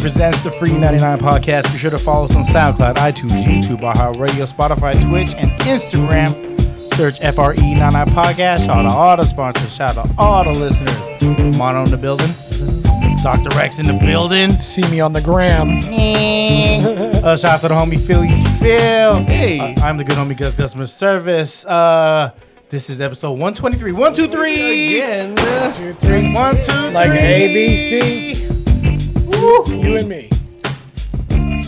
presents the Free 99 podcast. Be sure to follow us on SoundCloud, iTunes, YouTube, Baja Radio, Spotify, Twitch, and Instagram. Search FRE99 podcast. Shout out to all the sponsors. Shout out to all the listeners. Mono in the building. Dr. Rex in the building. See me on the gram. uh, shout out to the homie Philly Phil. Hey. I'm the good homie Gus Customer Service. Uh, this is episode 123. 123. Again, uh, Three, one, two, three. Like ABC. Woo. You and me.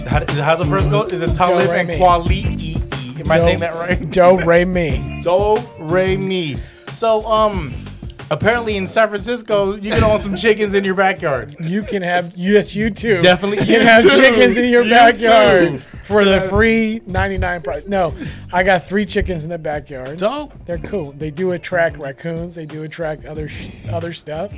How, how's the verse go? Is it Talib Re, and Mi. Quali? E, E. Am I Do- saying that right? Do re mi. Do re mi. So um, apparently in San Francisco, you can own some chickens in your backyard. You can have yes, you too. Definitely You you can have too. chickens in your You backyard too. for the free 99 price. No, I got three chickens in the backyard. Dope. They're cool. They do attract raccoons. They do attract other sh- other stuff.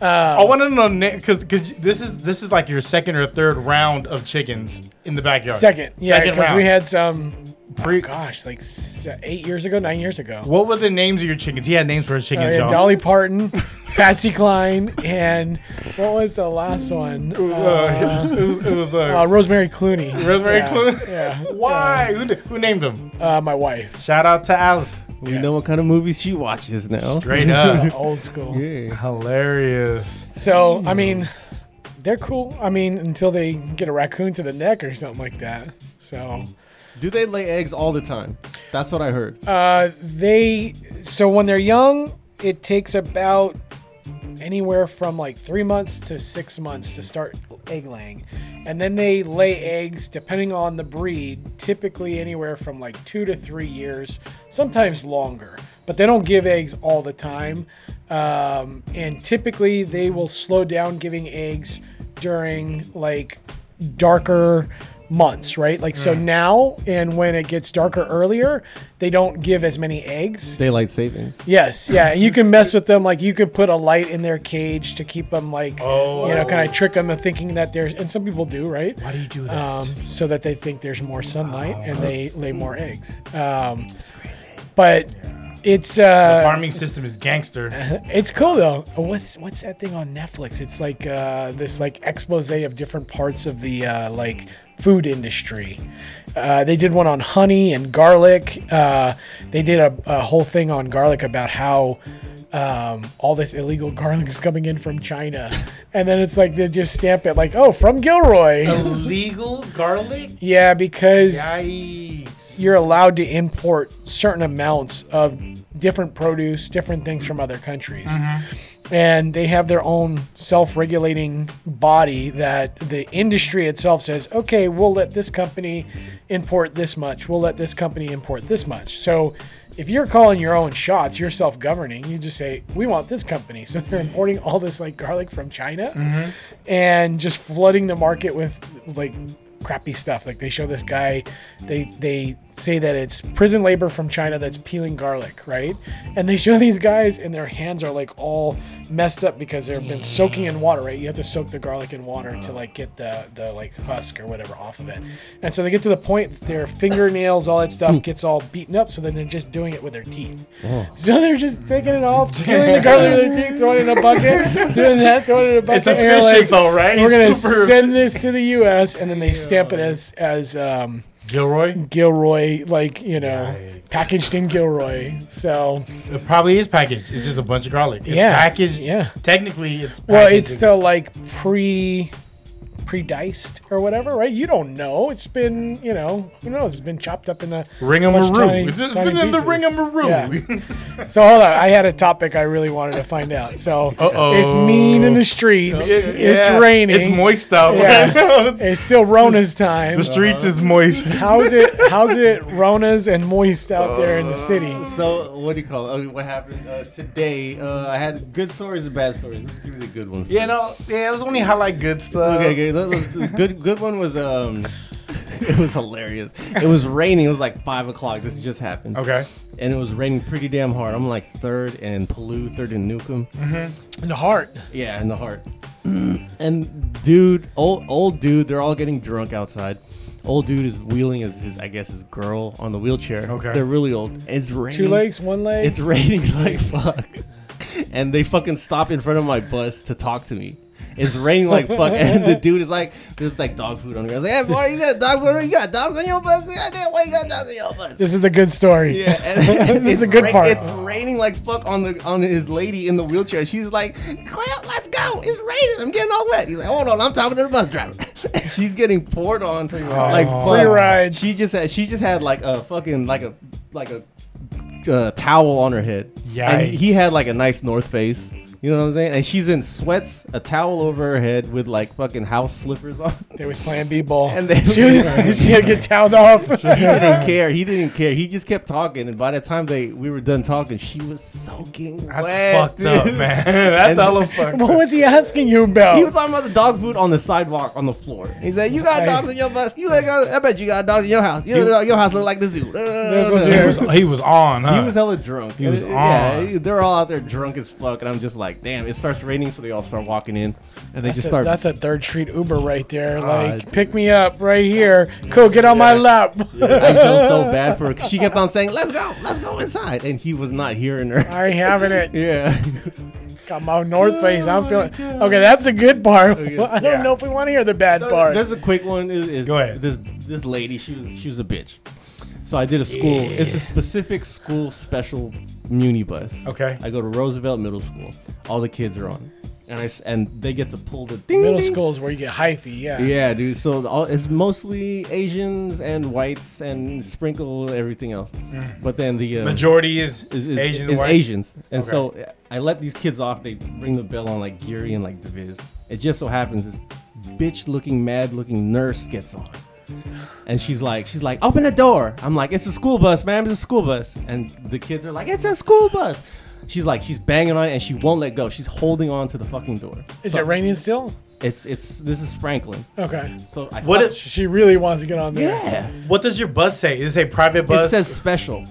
I want to know because because this is this is like your second or third round of chickens in the backyard. Second, yeah, Second because round. we had some. oh Pre- Gosh, like s- eight years ago, nine years ago. what were the names of your chickens? He had names for his Oh, chickens, yeah, y'all. Dolly Parton, Patsy Cline, and what was the last one? It was, uh, it was, it was Uh, uh, Rosemary Clooney. Rosemary yeah, Clooney? Yeah. why? Who, who named them? Uh, my wife. Shout out to Alice. we know what kind of movies she watches now. Straight up. Old school. Yeah. Hilarious. So, I mean, they're cool. I mean, until they get a raccoon to the neck or something like that. So, Do they lay eggs all the time? That's what I heard. uh, they, so when they're young, it takes about anywhere from like three months to six months to start egg laying. And then they lay eggs, depending on the breed, typically anywhere from like two to three years, sometimes longer. But they don't give eggs all the time. Um, and typically they will slow down giving eggs during like darker months, right? Like, so now and when it gets darker earlier, they don't give as many eggs. Daylight savings. Yes, yeah. You can mess with them. Like you can put a light in their cage to keep them like, Oh. you know, kind of trick them into thinking that there's. And some people do, right? Why do you do that? Um, so that they think there's more sunlight and they lay more eggs. Um, That's crazy. But it's uh, Farming system is gangster. it's cool though. What's what's that thing on Netflix? It's like uh, this like expose of different parts of the uh, like food industry. Uh, they did one on honey and garlic. Uh, they did a, a whole thing on garlic about how um, all this illegal garlic is coming in from China, and then it's like they just stamp it like oh from Gilroy. Illegal garlic? Yeah, because Yikes. you're allowed to import certain amounts of different produce, different things from other countries. And they have their own self regulating body that the industry itself says, okay, we'll let this company import this much. We'll let this company import this much. So if you're calling your own shots, you're self governing. You just say, we want this company. So they're importing all this like garlic from China and just flooding the market with like crappy stuff. Like they show this guy, they they say that it's prison labor from China that's peeling garlic, right? And they show these guys, and their hands are like all messed up because they've been soaking in water, right? You have to soak the garlic in water to like get the the like husk or whatever off of it. And so they get to the point that their fingernails, all that stuff gets all beaten up. So then they're just doing it with their teeth. Oh. So they're just taking it off, peeling the garlic with their teeth, throwing it in a bucket, doing that, throwing it in a bucket. It's and you're efficient like, though, right? we're gonna He's super- send this to the U.S. and then they stamp it as as um, Gilroy? Gilroy, like you know, packaged in Gilroy. So It probably is packaged. It's just a bunch of garlic. It's Yeah, packaged. yeah. Technically, it's well, packaged it's still like pre pre diced or whatever, right? You don't know. It's been you know who knows? It's been chopped up in the Ring of bunch Maru. of tiny- it's it's tiny been in the pieces. Ring of Maru. Yeah. So hold on, I had a topic I really wanted to find out. So Uh-oh. it's mean in the streets. It's Yeah. raining. It's moist out. Yeah. It's still Rona's time. the streets is moist. How's it? How's it? Ronas and moist out there in the city. Uh, So what do you call it? Uh, what happened uh, today? Uh, I had good stories and bad stories. Let's give you the good one. Yeah, no, yeah, it was only highlight good stuff. Okay, okay. let- let's- the good good one was um, it was hilarious. It was raining. It was like five o'clock. This just happened. Okay. And it was raining pretty damn hard. I'm like third and Palou, third and Newcomb. In the heart. Yeah, in the heart. and dude, old old dude, they're all getting drunk outside. Old dude is wheeling his, his I guess his girl on the wheelchair. Okay. They're really old. It's raining. Two legs, one leg. It's raining like fuck. And they fucking stop in front of my bus to talk to me. It's raining like fuck, and the dude is like, "There's like dog food on here." I was like, "Hey, boy, you got dog food? You got dogs on your bus? Goddamn, why you got dogs on your bus?" This is the good story. Yeah, and This is it's the good ra- part. It's raining like fuck on the on his lady in the wheelchair. She's like, "Clamp, let's go! It's raining. I'm getting all wet." He's like, "Hold on, I'm talking to the bus driver." She's getting poured on Oh, like rides. fuck. Free rides. She just had she just had like a fucking like a like a uh, towel on her head. and he Yikes. had like a nice North Face. You know what I'm saying? And she's in sweats, a towel over her head with like fucking house slippers on. They was playing b-ball, And they- she, was, she had to get towed off. He didn't care. He didn't care. He just kept talking, and by the time they we were done talking, she was soaking That's wet. fucked up, dude. man. That's And- hella fucked. what up. was he asking you about? He was talking about the dog food on the sidewalk on the floor. He said, "You got Right. dogs in your bus. You like, I bet you got dogs in your house. Your, your house look like the zoo." Uh, This was He your- was, he was on, huh? He was hella drunk. He was Yeah, on. he- they're all out there drunk as fuck, and I'm just like, damn. It starts raining, so they all start walking in, and they that's, just a, start. that's a third street Uber right there. Like, dude. pick me up right here. Cool, get on my lap. I feel so bad for her. 'cause She kept on saying, "Let's go, let's go inside," and he was not hearing her. I ain't having it. Yeah. Got my North Face. I'm oh my feeling God. okay. That's the good part. yeah. I don't Yeah. know if we want to hear the bad There- part. There's a quick one. Is, is Go ahead. This this lady, she was she was a bitch. So I did a school. It's a specific school special muni bus. Okay. I go to Roosevelt Middle School. All the kids are on, it. and I s- and they get to pull the ding, Middle ding. school is where you get hyphy. Yeah. Yeah, dude. So the- all, it's mostly Asians and whites and sprinkle everything else. But then the uh, Mm. Majority is, is, is, Asian. is white. Asians. And Okay. so I let these kids off. They ring the bell on like Geary and like Deviz. It just so happens this bitch looking mad looking nurse gets on. And she's like, she's like, open the door. I'm like, it's a school bus, ma'am. It's a school bus. And the kids are like, it's a school bus. She's like, she's banging on it and she won't let go. She's holding on to the fucking door. Is it raining still? It's it's this is Franklin. Okay. So I What fuck- is- She really wants to get on there. yeah. What does your bus say? Does it say private bus? It says special.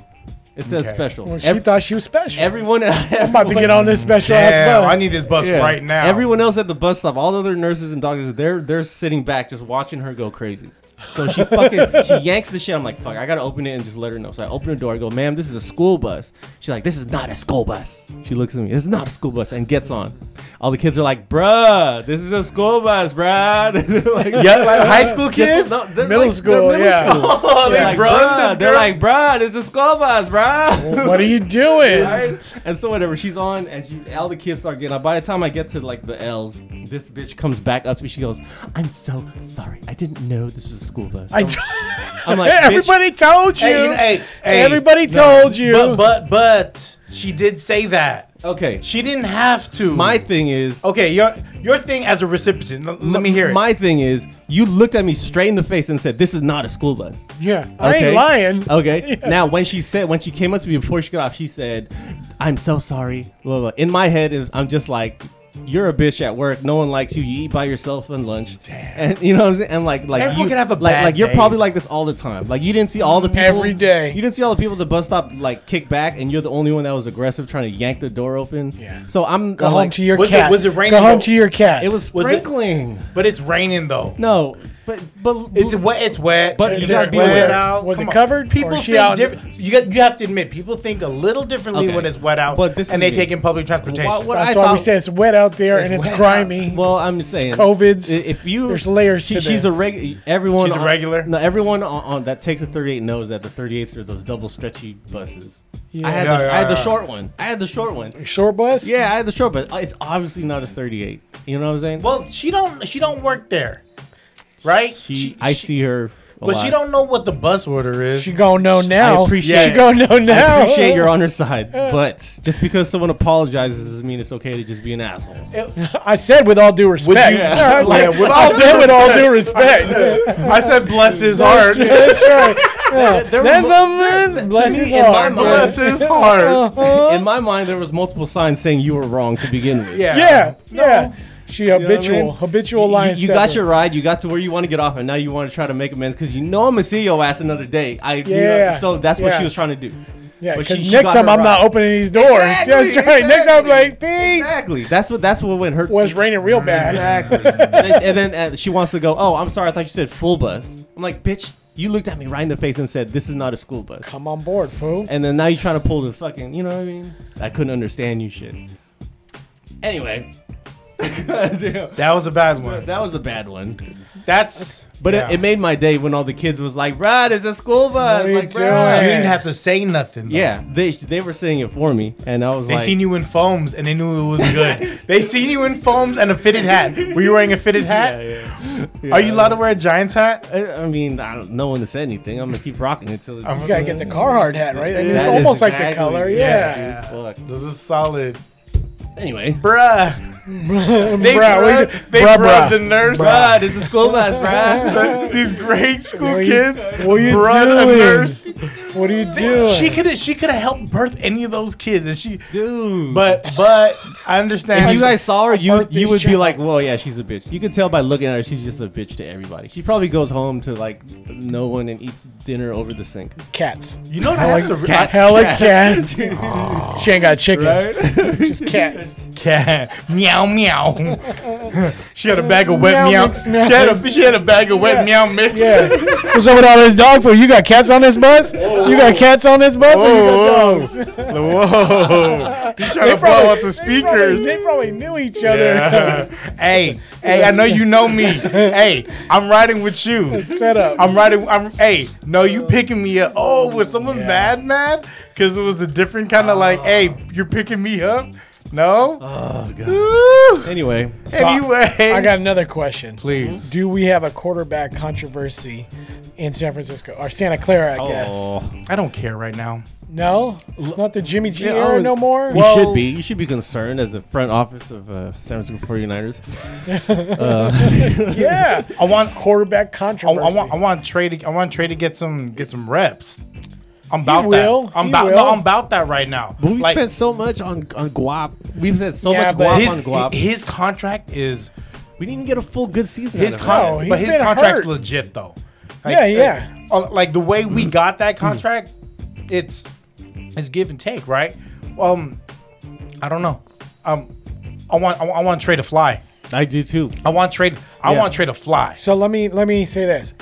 It says Okay. special. Well, she Ev- thought she was special. everyone. I'm Oh about to get on this special ass Damn, bus. I need this bus Yeah. right now. Everyone else at the bus stop, all the other nurses and doctors, they're they're sitting back just watching her go crazy. So she fucking she yanks the shit. I'm like, fuck, I gotta open it and just let her know. So I open the door. I go, ma'am, this is a school bus. She's like, this is not a school bus. She looks at me. This is not a school bus, and gets on. All the kids are like, bruh, this is a school bus, bruh. They're like, yeah, like high school just- kids. no, they're Middle like- school, they're middle yeah. school. Oh, They're they like, brought this bruh. They're girl. like, bruh, this is a school bus, bruh. What are you doing? Right? And so whatever, she's on, and she, all the kids start getting up. By the time I get to like the L's, this bitch comes back up to me. She goes, "I'm so sorry. I didn't know this was a school bus." I, Um, I'm like, "Bitch." everybody told you. Hey, you know, hey, hey. everybody told you. But but but she did say that. okay, She didn't have to. my thing is. okay, your your thing as a recipient. l- Oh, let me hear it. My thing is, you looked at me straight in the face and said, "This is not a school bus." yeah, I Okay? ain't lying. Okay. Now, when she said, when she came up to me before she got off, she said, "I'm so sorry." Blah, blah. In my head, it- I'm just like, "You're a bitch at work. No one likes you. You eat by yourself on lunch." And you know what I'm saying? And like, like Everyone you can have a like, bad like you're day. probably like this all the time. Like you didn't see all the people Mm, Every day. You didn't see all the people at the bus stop like kick back, and you're the only one that was aggressive trying to yank the door open. Yeah. So I'm Go home to your Was it- cat. was it Go raining home though? to your cat. It was Was it- sprinkling. but it's raining though. no, but but It's wet. It's wet. But you is gotta it be wet? wet out. Was it Come on. covered, or People is she think out in- different. You got. You have to admit, people think a little differently Okay. when it's wet out, But this and is they me. take in public transportation. Why- what That's I why we thought- say it's wet out there and it's wet out. grimy. Well, I'm saying COVID's. i- If you There's layers she- to she's this. a regular. Everyone. She's a on- regular? no, everyone on, on that takes a 38 knows that the 38s are those double stretchy buses. I had, Yeah. the, Yeah, I had the yeah, short one. I had the short one. Short bus. Yeah, I had the short, but it's obviously not a 38. You know what I'm saying? Well, she don't. She don't work there, right? she, I see her. a But lot. she don't know what the bus order is. She gonna know now. appreciate- she gonna know now. I appreciate you're on her side, but just because someone apologizes doesn't mean it's okay to just be an asshole. I said with all due respect. you- I, was Yeah, like, with I all said due with all due respect. I said, bless his That's heart. right. Yeah. there were That's mo- a man. Bless me, his in my heart. mind- bless his heart. Uh-huh. In my mind, there was multiple signs saying you were wrong to begin with. Yeah. Yeah, yeah. She know what I habitual, mean? habitual You- line. You, got your ride. You got to where you want to get off, and now you want to try to make amends because you know I'm gonna see your ass another day. I you know, Yeah, so that's what yeah. she was trying to do. yeah. but she- Because she next got time her I'm not right. opening these doors. That's right. Next time I'm like, peace. Exactly. That's what that's what went hurt. Was raining real bad. exactly. and then, and then, uh, she wants to go. Oh, I'm sorry. I thought you said full bus. I'm like, bitch. You looked at me right in the face and said, "This is not a school bus." Come on board, fool. And then now you're trying to pull the fucking. You know what I mean? I couldn't understand you shit. Anyway, Damn. That was a bad one. That was a bad one. That's. But yeah. it, it made my day when all the kids was like, "Bruh, it's a school bus." What are you like, "Bruh." You doing? didn't have to say nothing. though. Yeah, they they were saying it for me, and I was They like, seen you in foams and they knew it was good. they seen you in foams and a fitted hat. Were you wearing a fitted hat? Are you allowed to wear a Giants hat? I, I mean, I don't. No one said anything. I'm gonna keep rocking it till. I'm- You gotta get the Carhartt hat, right? I mean, it's That is almost like the exactly- color. Yeah. Yeah. Fuck. This is solid. Anyway, Bruh. They Bruh, bruh, we- they bruh, bruh, bruh. the nurse. bruh, this is school bus, bruh. The- These grade school What you- kids. what you bruh, the doing? nurse. What are you doing? She could have she could have helped birth any of those kids and she Dude, but but I understand if you guys saw her, you birth you this would be child. like, "Well, yeah, she's a bitch." You could tell by looking at her, she's just a bitch to everybody. She probably goes home to like no one and eats dinner over the sink. cats. you know what I have to cats. I- Hella cats. she ain't got chickens. Just cats. cat meow meow. she had a bag of wet Meow meow. mix, meow she, had a, mix. she had a bag of wet meow mix. Yeah. What's up with all this dog food? You got cats on this bus? You got cats on this bus? Or you got Whoa, dogs? whoa! You trying to probably- blow out the They probably, speakers? they probably knew each other. Yeah. hey, hey! I know you know me. Hey, I'm riding with you. Set up. I'm riding. I'm. Hey, no, you picking me up? Oh, was someone mad, mad? Because it was a different kind of like, Oh. hey, you're picking me up? No. Oh god. Ooh. Anyway, anyway, I got another question. Please. Do we have a quarterback controversy in San Francisco or Santa Clara? I guess. oh, I don't care right now. No, it's not the Jimmy G Yeah, era oh, no more. you Well- should be. You should be concerned as the front office of uh, San Francisco 49ers. yeah, I want. quarterback I, I controversy. want. I want Trey to. I want Trey to get some. Get some reps. I'm about will. that. I'm He about. will. No, I'm about that right now. But we Like, spent so much on on Guap. We've spent so Yeah, much but Guap his, on Guap. his contract is we didn't even get a full good season. his out of con- No, contract, he's but his been contract's hurt. legit though. Yeah, yeah. uh, like the way we got that contract, it's it's give and take, right? Um, I don't know. Um, I want I, want- I want Trey to fly. it. I do too. I want Trey. I Yeah. want Trey to fly. So let me let me say this.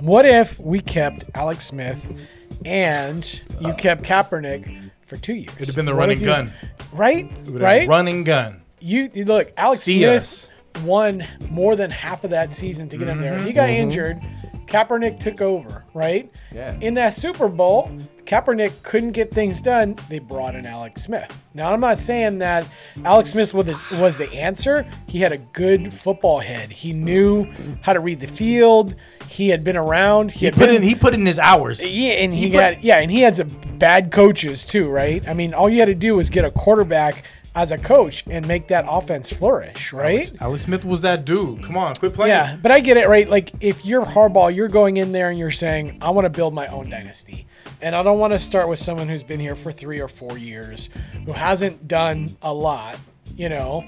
What if we kept Alex Smith and you kept Kaepernick for two years? It'd have been the running gun. right? With a Right? Running gun. you you look Alex See Smith us. won more than half of that season to get in there. He got injured. Kaepernick took over, right? Yeah. In that Super Bowl, Kaepernick couldn't get things done. They brought in Alex Smith. Now I'm not saying that Alex Smith was the, was the answer. He had a good football head. He knew how to read the field. He had been around. He, He had put been, in. He put in his hours. yeah, and he, He put- got yeah, and he had some bad coaches too, right? I mean, all you had to do was get a quarterback as a coach and make that offense flourish, right? Alex Smith was that dude. Come on, quit playing. Yeah, but I get it, right? Like if you're Harbaugh, you're going in there and you're saying, "I want to build my own dynasty." And I don't want to start with someone who's been here for 3 or 4 years, who hasn't done a lot, you know.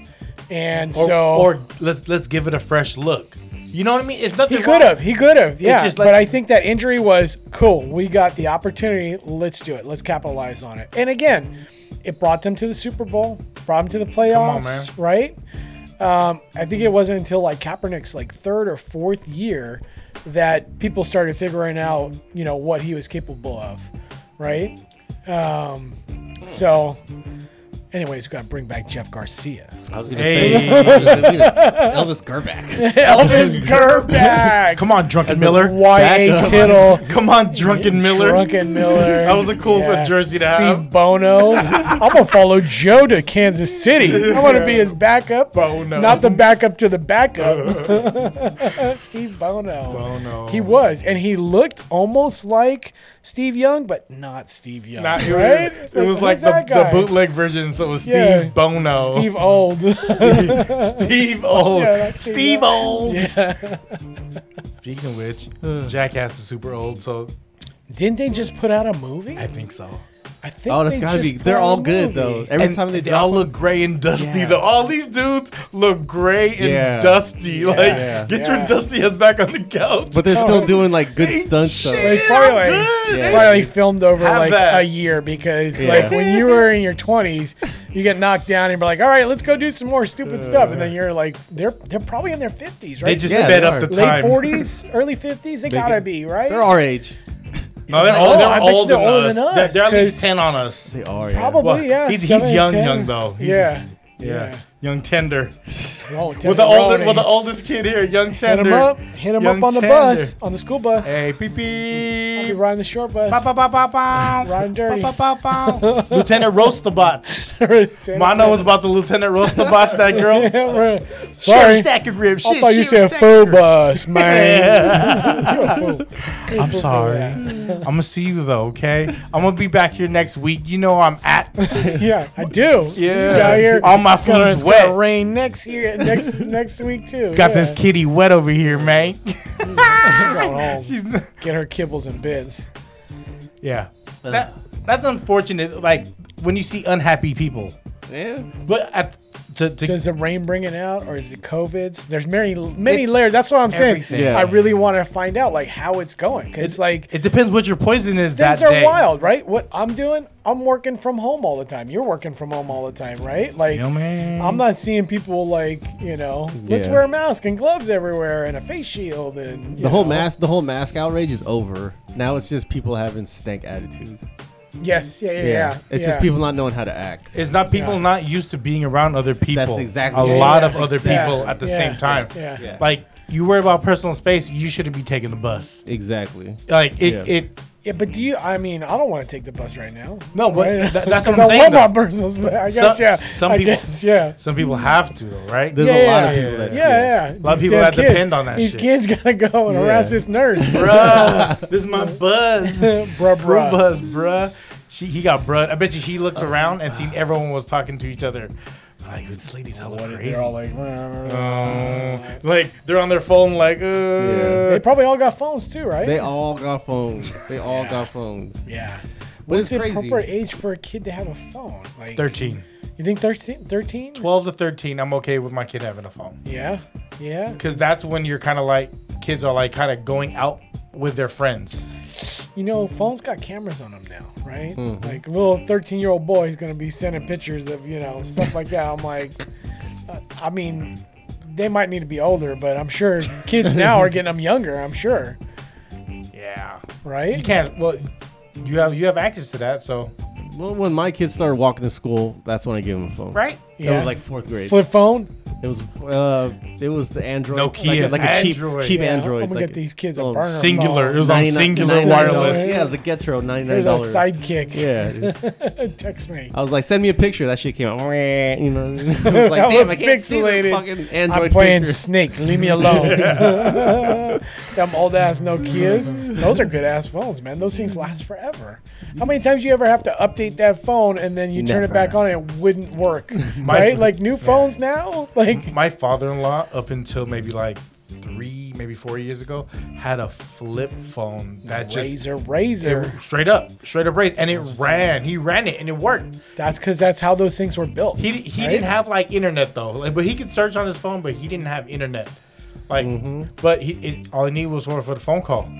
And Or, so or let's let's give it a fresh look. You know what I mean? It's nothing. He could have. He could have. Yeah. just like- but I think that injury was cool. We got the opportunity. Let's do it. Let's capitalize on it. And again, it brought them to the Super Bowl, brought them to the playoffs, on, man. right? Um, I think it wasn't until like Kaepernick's like third or fourth year that people started figuring out, you know, what he was capable of, right? Um, so, anyways, we got to bring back Jeff Garcia. I was gonna Hey. say Elvis Gerback. Elvis Gerback. Come on, Drunken Miller. Y.A. up. Tittle. Come on, Drunken Miller. Drunken Miller. That was a cool jersey to Steve have. Bono. I'm gonna follow Joe to Kansas City. I want to be his backup. Bono. Not the backup to the backup. Steve Bono. Bono. He was, and he looked almost like Steve Young, but not Steve Young. Not, right? It It's was who's like the, that the guy? bootleg version, so it was Steve Yeah. Bono. Steve Old. Steve old. Yeah, that's Steve Steve old. yeah. Speaking of which, Jackass is super old, so Didn't they just put out a movie? I think so. I think. Oh, that's they gotta just be. put They're out a all good though. movie. Every and time they, they drop all look gray and dusty. Yeah. Though all these dudes look gray and Yeah. dusty. Like, Yeah. get Yeah. your dusty ass back on the couch. but they're still doing like good Hey, stunts. So. shit, It's probably I'm like- good. Yeah. It's probably filmed over Have like that. a year because Yeah. like when you were in your 20s, you get knocked down and you're like, all right, let's go do some more stupid stuff, and then you're like, they're they're probably in their 50s, right? They just Yeah, sped they up are. the late time. 40s, early 50s. They, gotta can- be right. They're our age. No, they're, Oh, old, I they're bet you older they're than older us. than us, They're, they're at least 'cause- ten on us. They are. yeah. probably Well, yeah. he's- he's seven, young, 10. young, though. He's- yeah, Yeah. yeah. Young Tender. Whoa, With the older, with the oldest kid here, Young hit Tender. him up, hit him Young up on the Tender. bus, on the school bus. Hey, pee pee. I'll be riding the short bus. Riding dirty. Lieutenant Roastabotch. Say that Mono was about the Lieutenant Roastabotch, that girl. again. Yeah, right. She had a Sorry, I stack of ribs. She- thought she you had a said stack of fur ribs. bus, man. You're a fool. I'm sorry. I'm gonna see you though, okay? I'm gonna be back here next week. You know I'm at. Yeah, I do. Yeah. You out here. All my it's gonna, food's it's gonna wet. rain next year, next next week too. Got yeah. this kitty wet over here, man. She's going home. She's Get her kibbles and bits. yeah. That that's unfortunate. Like when you see unhappy people, Yeah. but at, to, to Does the rain bring it out, or is it COVID's? There's many many It's layers. That's what I'm saying. everything. Yeah. I really want to find out like how it's going. 'cause it's like it depends what your poison is. things that are day. wild, right? What I'm doing, I'm working from home all the time. You're working from home all the time, right? Like, Yeah, man. I'm not seeing people like, you know, let's Yeah. wear a mask and gloves everywhere and a face shield and you The whole know. mask, the whole mask outrage is over. Now it's just people having stank attitudes. Yes, yeah, yeah, yeah. It's yeah. just people not knowing how to act. It's not people Yeah. not used to being around other people. exactly- a Yeah, lot yeah, of other exactly. people at the Yeah, same time. yeah. Yeah. Like you worry about personal space, you shouldn't be taking the bus. Exactly. Like it, Yeah. it Yeah, but do you? I mean, I don't want to take the bus right now. No, but Right? tha- that's what 'Cause I'm I saying, want though. my personal space. I Some- guess yeah. some I people- guess, yeah. some people have to though, right? There's Yeah, a lot of yeah, people that. Yeah, yeah. A lot of people that depend on that These shit. kids gotta go and Yeah. harass this nurse. bruh. this is my buzz. bruh, Screw bruh. buzz, bruh. She, he got bruh. I bet you he looked around and seen everyone was talking to each other. Like, this lady's hella crazy. They're all like, Uh, like, they're on their phone, like, uh. they probably all got phones too, right? They all got phones. They all got phones. yeah. But What's it's the crazy. appropriate age for a kid to have a phone? Like 13. You think 13? 13? 12 to 13, I'm okay with my kid having a phone. Yeah. Yeah. Because that's when you're kind of like, kids are like kind of going out with their friends. You know, phones got cameras on them now, right? Hmm. Like little 13-year-old boy is going to be sending pictures of, you know, stuff like that. I'm like uh, I mean, they might need to be older, but I'm sure kids now are getting them younger, I'm sure, Yeah. right? You can't, well, you have you have access to that, so. Well, when my kids started walking to school, that's when I gave them a phone. Right? It was like fourth grade. flip phone. It was uh, it was the Android, Nokia. like a, like a cheap, Android. cheap Yeah, Android. I'm gonna like get these kids a little burner Singular. phone. It was on 99 singular 99 wireless. Yeah, it was a Getro, ninety-nine There's a dollars. sidekick. Yeah, Text me. I was like, send me a picture. That shit came out. You know, I was like, I damn, I look can't see the pixelated. fucking Android I'm playing picture. Snake. Leave me alone. Them old ass Nokias. Those are good ass phones, man. Those things last forever. How many times you ever have to update that phone and then you turn it Never. back on and it wouldn't work? My- right? Like new phones now? Like my father-in-law up until maybe like three maybe four years ago had a flip phone that just razor, razor. it- straight up straight up raised and it ran he ran it and it worked That's because that's how those things were built. he he Right? didn't have like internet though like, but he could search on his phone but he didn't have internet like Mm-hmm. but he it, all he needed was for, for the phone call he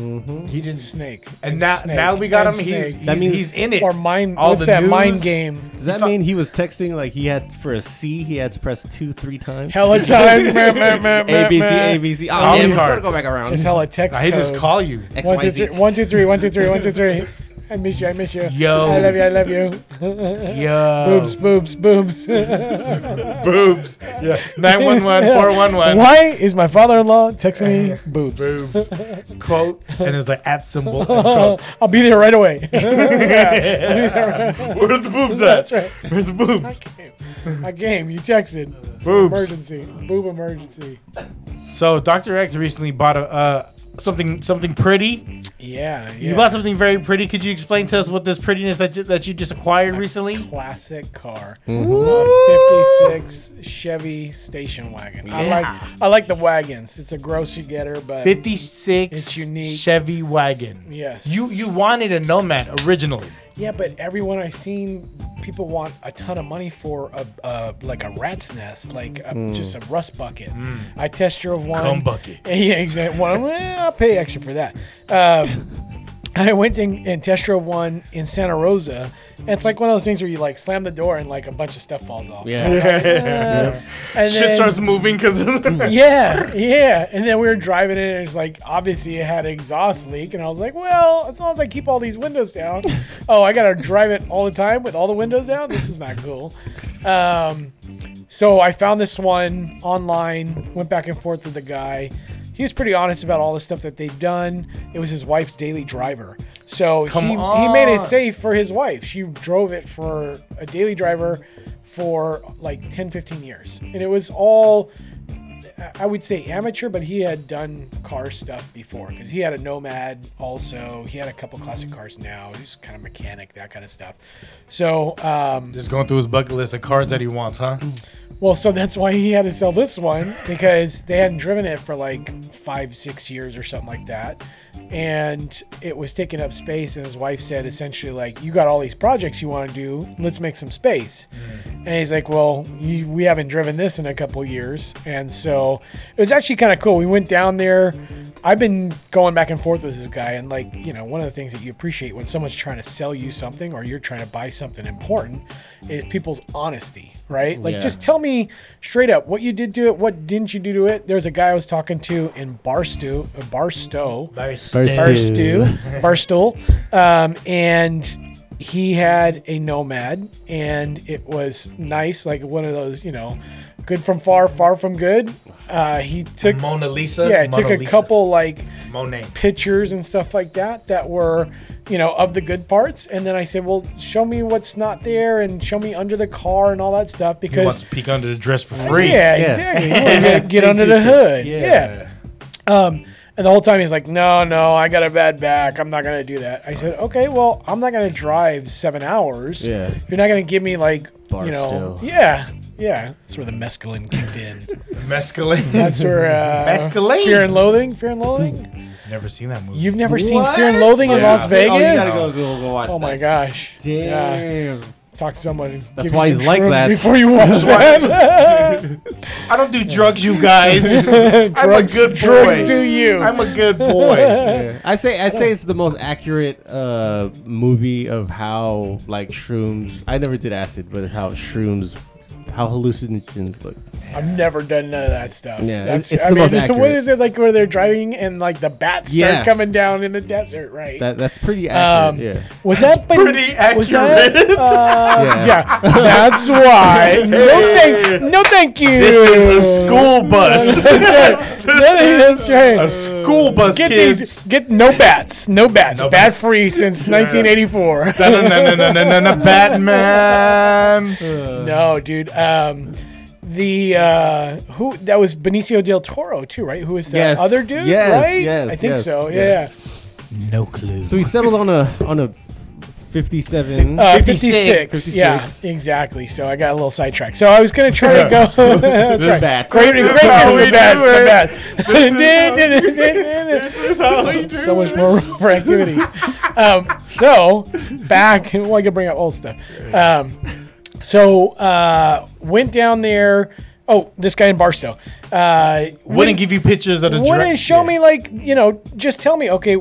didn't Mm-hmm. Snake. and now now we got him And he's Snake. he's, That means- he's in it or mind. All what's the that mind news. game? Does that mean he was texting like he had for a C? He had to press two, three times. Hella time. meh, meh, meh, meh, A B C meh. A B C. Oh, Olive damn, we card. gotta go back around. Just hella text. I just code. call you X, One Y, two Z. three. One two three. One two three. One two three. I miss you. I miss you. Yo. I love you. I love you. yo boobs. Boobs. Boobs. boobs yeah 911 411 Why is my father-in-law texting me boobs? boobs quote and it's like at symbol and quote. Oh, I'll be there right away. Where's the boobs at? That's right. Where's the boobs? My game. You texted. It's an Boobs. Emergency. Boob emergency. So Dr. X recently bought a uh, something something pretty. Yeah. yeah. You bought something very pretty. Could you explain to us what this prettiness that you, that you just acquired recently? classic car. Mm-hmm. A 56 Chevy station wagon. I like I like the wagons. It's a gross you getter, but 56 It's unique. Chevy wagon. Yes. You you wanted a Nomad originally. yeah, but everyone I seen people want a ton of money for a, a like a rat's nest, like a, just a rust bucket. I test drove one. Mm. Cum bucket. Yeah, exactly. One, well, I'll pay extra for that. Uh, I went in, in test drove one in Santa Rosa. And it's like one of those things where you like slam the door and like a bunch of stuff falls off. Yeah. And Shit then- starts moving because yeah, yeah. And then we were driving in, and it's like obviously it had an exhaust leak, and I was like, well, as long as I keep all these windows down, oh, I gotta drive it all the time with all the windows down. This is not cool. Um, So I found this one online, went back and forth with the guy. He was pretty honest about all the stuff that they've done. It was his wife's daily driver. So he, he made on. it safe for his wife. She drove it for a daily driver for like 10, 15 years. And it was all, I- I would say amateur, but he had done car stuff before because he had a Nomad also. He had a couple classic cars now. He's kind of mechanic, that kind of stuff. So, um, Just going through his bucket list of cars that he wants, huh? well, so that's why he had to sell this one because they hadn't driven it for like five, six years or something like that. And it was taking up space. And his wife said, essentially, like, you got all these projects you want to do. Let's make some space. And he's like, well, you, we haven't driven this in a couple years. And so it was actually kind of cool. We went down there. I've been going back and forth with this guy. And, like, you know, one of the things that you appreciate when someone's trying to sell you something or you're trying to buy something important is people's honesty, right? Like, Yeah. just tell me straight up what you did to it, what didn't you do to it. There's a guy I was talking to in Barstow, uh, Barstow, Barstow, Barstow, um, and he had a Nomad, and it was nice, like one of those, you know, good from far, far from good. Uh, he took, Mona Lisa. yeah, Mona took a Lisa. couple like Monet. pictures and stuff like that that were you know of the good parts and then i said well show me what's not there and show me under the car and all that stuff He wants because to peek under the dress for free. yeah, exactly. You wanna get, get under the hood. Yeah. Um, and the whole time he's like, no, no, I got a bad back. I'm not going to do that. I said, okay, well, I'm not going to drive seven hours. Yeah. If you're not going to give me, like, you know, Barstow. yeah, yeah. That's where the mescaline kicked in. Mescaline. That's where. Uh, Mescaline. Fear and Loathing. Fear and Loathing. Never seen that movie. You've never seen What? Fear and Loathing in Yeah. Las Oh, you Oh, you Vegas? gotta go, go, go watch Oh, my that. gosh. Yeah. Damn. Talk to someone. That's why he's like that. Before you watch that. I don't do drugs, you guys. drugs, good drugs boy. do you. I'm a good boy. Yeah. I say I say it's the most accurate uh, movie of how like shrooms. I never did acid, but it's how shrooms, how hallucinogens look. I've never done none of that stuff. Yeah, That's- it's the most What accurate. is it like where they're driving and like the bats start Yeah. coming down in the desert, right? That that's pretty um, accurate. yeah. Was that ben- Pretty Was that, accurate. uh, Yeah. yeah. that's why. No, thank, no, thank you. This is a school bus. that's right. That's a right. school bus, Get kids. these. Get no bats. No bats. No Bat bats. free since 1984. Da-na-na-na-na-na-na, Batman. Uh, No, dude. Um, the uh, who that was Benicio del Toro too, right? Who is that Yes, other dude? yes, right? yes, I think yes, so. Yeah. yes. yeah. No clue. So we settled on a on a fifty-seven. Uh, 56. 56. Yeah, exactly. So I got a little sidetracked. So I was going to try to go. That's right. bats. Great, This is great how memory, we the bats, do it. the This is how we bats. do so much more room for activities. Um, so back, well, I could bring up old stuff. Um, so uh, went down there. Oh, this guy in Barstow. Uh, Wouldn't give you pictures of the wouldn't show me like you know just tell me okay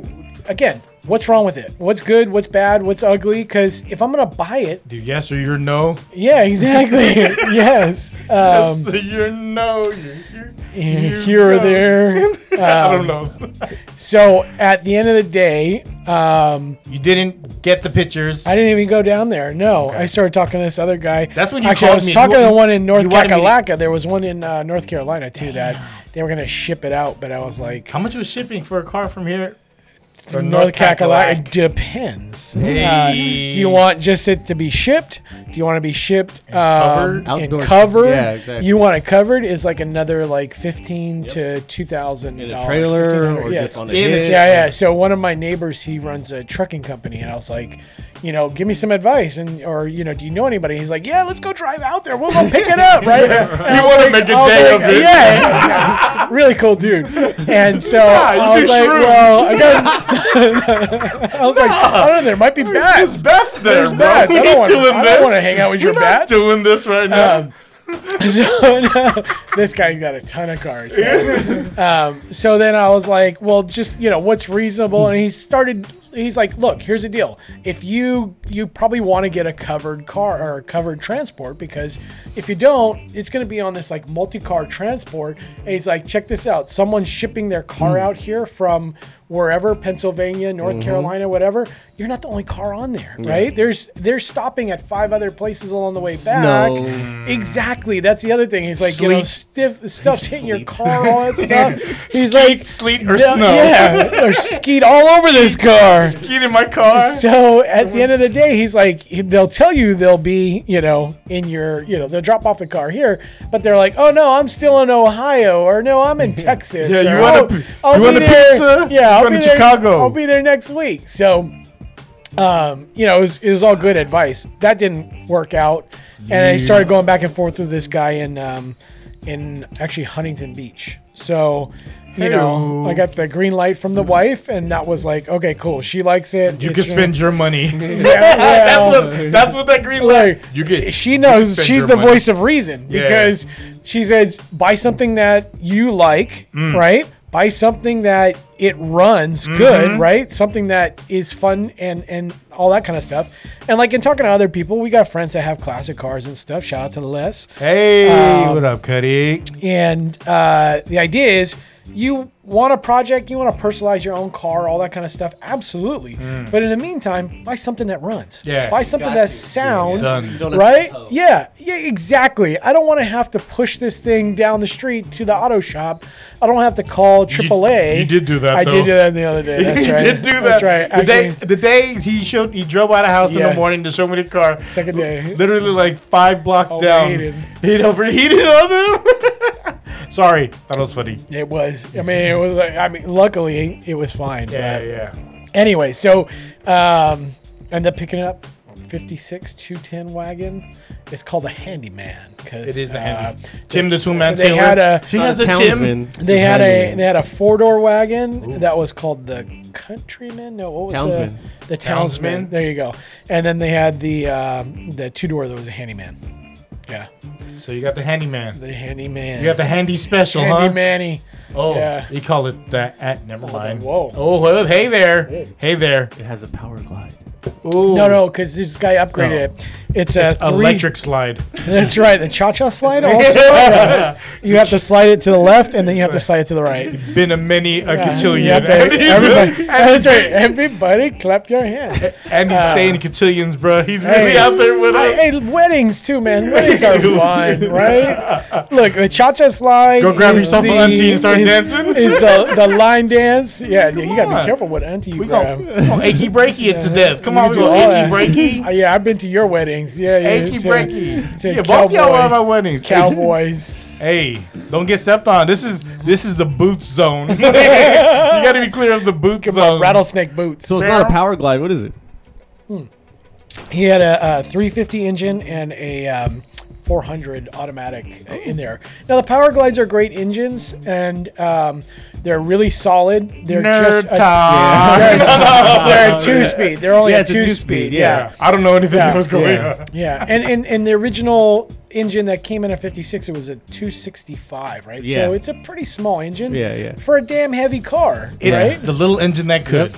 again what's wrong with it what's good what's bad what's ugly because if i'm gonna buy it Do yes or your no? yeah exactly yes um yes or your no. You, you, here or there I don't um, know. so at the end of the day um You didn't get the pictures. i didn't even go down there no i started talking to this other guy That's when you actually i called was me. You talking wa- to one in north you wanted me to- kakalaka there was one in uh, north carolina too that they were gonna ship it out but i was like How much was shipping for a car from here? So From North Cackalack. It Cackalack. depends. Uh, Hey. do you want just it to be shipped? Do you want to be shipped um, covered? and Outdoor. covered? Yeah, exactly. You want it covered is like another like fifteen to two thousand in dollars. a trailer or yes. just on a In a- hitch. yeah, yeah. So one of my neighbors, he runs a trucking company, and I was like, you know, give me some advice, and or you know, do you know anybody? He's like, yeah, let's go drive out there. We'll go pick it up, right? And I You was wanna like- make a I was day like, of it. Yeah, yeah, yeah. He's a really cool dude. And so I you was do like, shrooms. well, I got. I was like, I don't know. There might be There's bats. bats there, There's bro. bats. We I don't ain't want. doing I this. don't want to hang out with your We're not bats. doing this right now. Um, so this guy's got a ton of cars. So, um, so then I was like, well, just you know, what's reasonable? And he started. He's like, look, here's the deal. If you you probably want to get a covered car or a covered transport because if you don't, it's going to be on this like multi-car transport. And he's like, check this out. Someone's shipping their car out here from wherever Pennsylvania, North Carolina, whatever. you're not the only car on there, right? There's they're stopping at five other places along the way back. Snow. Exactly. That's the other thing. He's like, you know, stiff stuff's hitting your Sleet. car, all that stuff. He's like, sleet or "Yeah, snow. yeah, or skeet all over this car. Get in my car. So at the end of the day, he's like, they'll tell you they'll be, you know, in your, you know, they'll drop off the car here, but they're like, oh no, I'm still in Ohio, or no, I'm in Texas. Yeah, you or, want a "Oh, p- I'll you be want a there- pizza? You Yeah, I'll want be a there- Chicago?" I'll be there next week. So, um, you know, it was, it was all good advice. That didn't work out, and I started going back and forth with this guy in, um, in actually Huntington Beach. So. You know, Hey-o. I got the green light from the wife, and that was like, okay, cool. She likes it. Mm-hmm. You It's, can spend your money. well, that's what. That's what that green light. like You get. she knows spend she's your the money. voice of reason Yeah. because she says buy something that you like, Mm. right? Buy something that it runs Mm-hmm. good, right? Something that is fun and and all that kind of stuff. And like in talking to other people, we got friends that have classic cars and stuff. Shout out to Les. Hey, um, what up, Cuddy? And uh, the idea is you want a project, you want to personalize your own car, all that kind of stuff. Absolutely. But in the meantime, buy something that runs. Mm. Yeah. Buy something Got that's you. sound. Done. Don't Right? have to- Yeah. Yeah, exactly. I don't want to have to push this thing down the street to the auto shop. I don't have to call AAA. you did do that, I though. did do that the other day. That's he right. did do that. That's right. The day, Actually, the day he showed, he drove out of house in the Yes. morning to show me the car. second day. Literally like five blocks Overheated. down. He'd overheated on them. Sorry, that was funny. It was. I mean, it was. like- I mean, luckily, it was fine. Yeah, but- yeah. anyway, so um, ended up picking it up 56 210 wagon. It's called the Handyman because It is the uh, handy. Tim the two man they Taylor. had a- He Not has a the Tim. townsman. It's They had a handyman. they had a four door wagon that was called the Countryman. No, what was Townsman. the the Townsman? Townsman. There you go. And then they had the um, the two door that was a Handyman. Yeah, So you got the handyman. the Handyman. You got the handy special, huh? Handymanny. Oh, Yeah. he called it that. At never mind. whoa. Oh, well, hey there. Hey there. It has a power glide. Ooh. No, no, because this guy upgraded No. it. It's a three, Electric slide. That's right. The cha cha slide. Also, yes. You have to slide it to the left, and then you have to slide it to the right. Been a many a cotillion. You have to- And he's- everybody, and he's- that's right. Everybody, clap your hands. And he's staying cotillions, bro. He's really Hey. out there with I- us. hey, weddings too, man. Weddings are fun, right? Look, the cha cha slide. Go grab is yourself an the- auntie and start is- dancing. Is the, the line dance? Yeah, you gotta on. be careful what auntie you We grab. go, come on, achy breaky it to death. Come You on, we do go all achy Uh, breaky, yeah, I've been to your weddings. Yeah, yeah. achy to- to breaky. Yeah, both y'all cowboy- are at my weddings. Cowboys. Hey, don't get stepped on. This is this is the boots zone. you got to be clear of the boots zone. rattlesnake boots. So it's not a power glide. What is it? He had a, a 350 engine and a um, 400 automatic uh, in there. Now the Power Glides are great engines and um, they're really solid. They're just Nerd a, talk. they're, a- they're a two speed. They're only Yeah, a it's a two speed. two-speed, Yeah. I don't know anything that was going yeah. on. Yeah, and, and and the original engine that came in a 56, it was a 265, right? Yeah. So it's a pretty small engine. Yeah, yeah. For a damn heavy car, It's right? the little engine that could.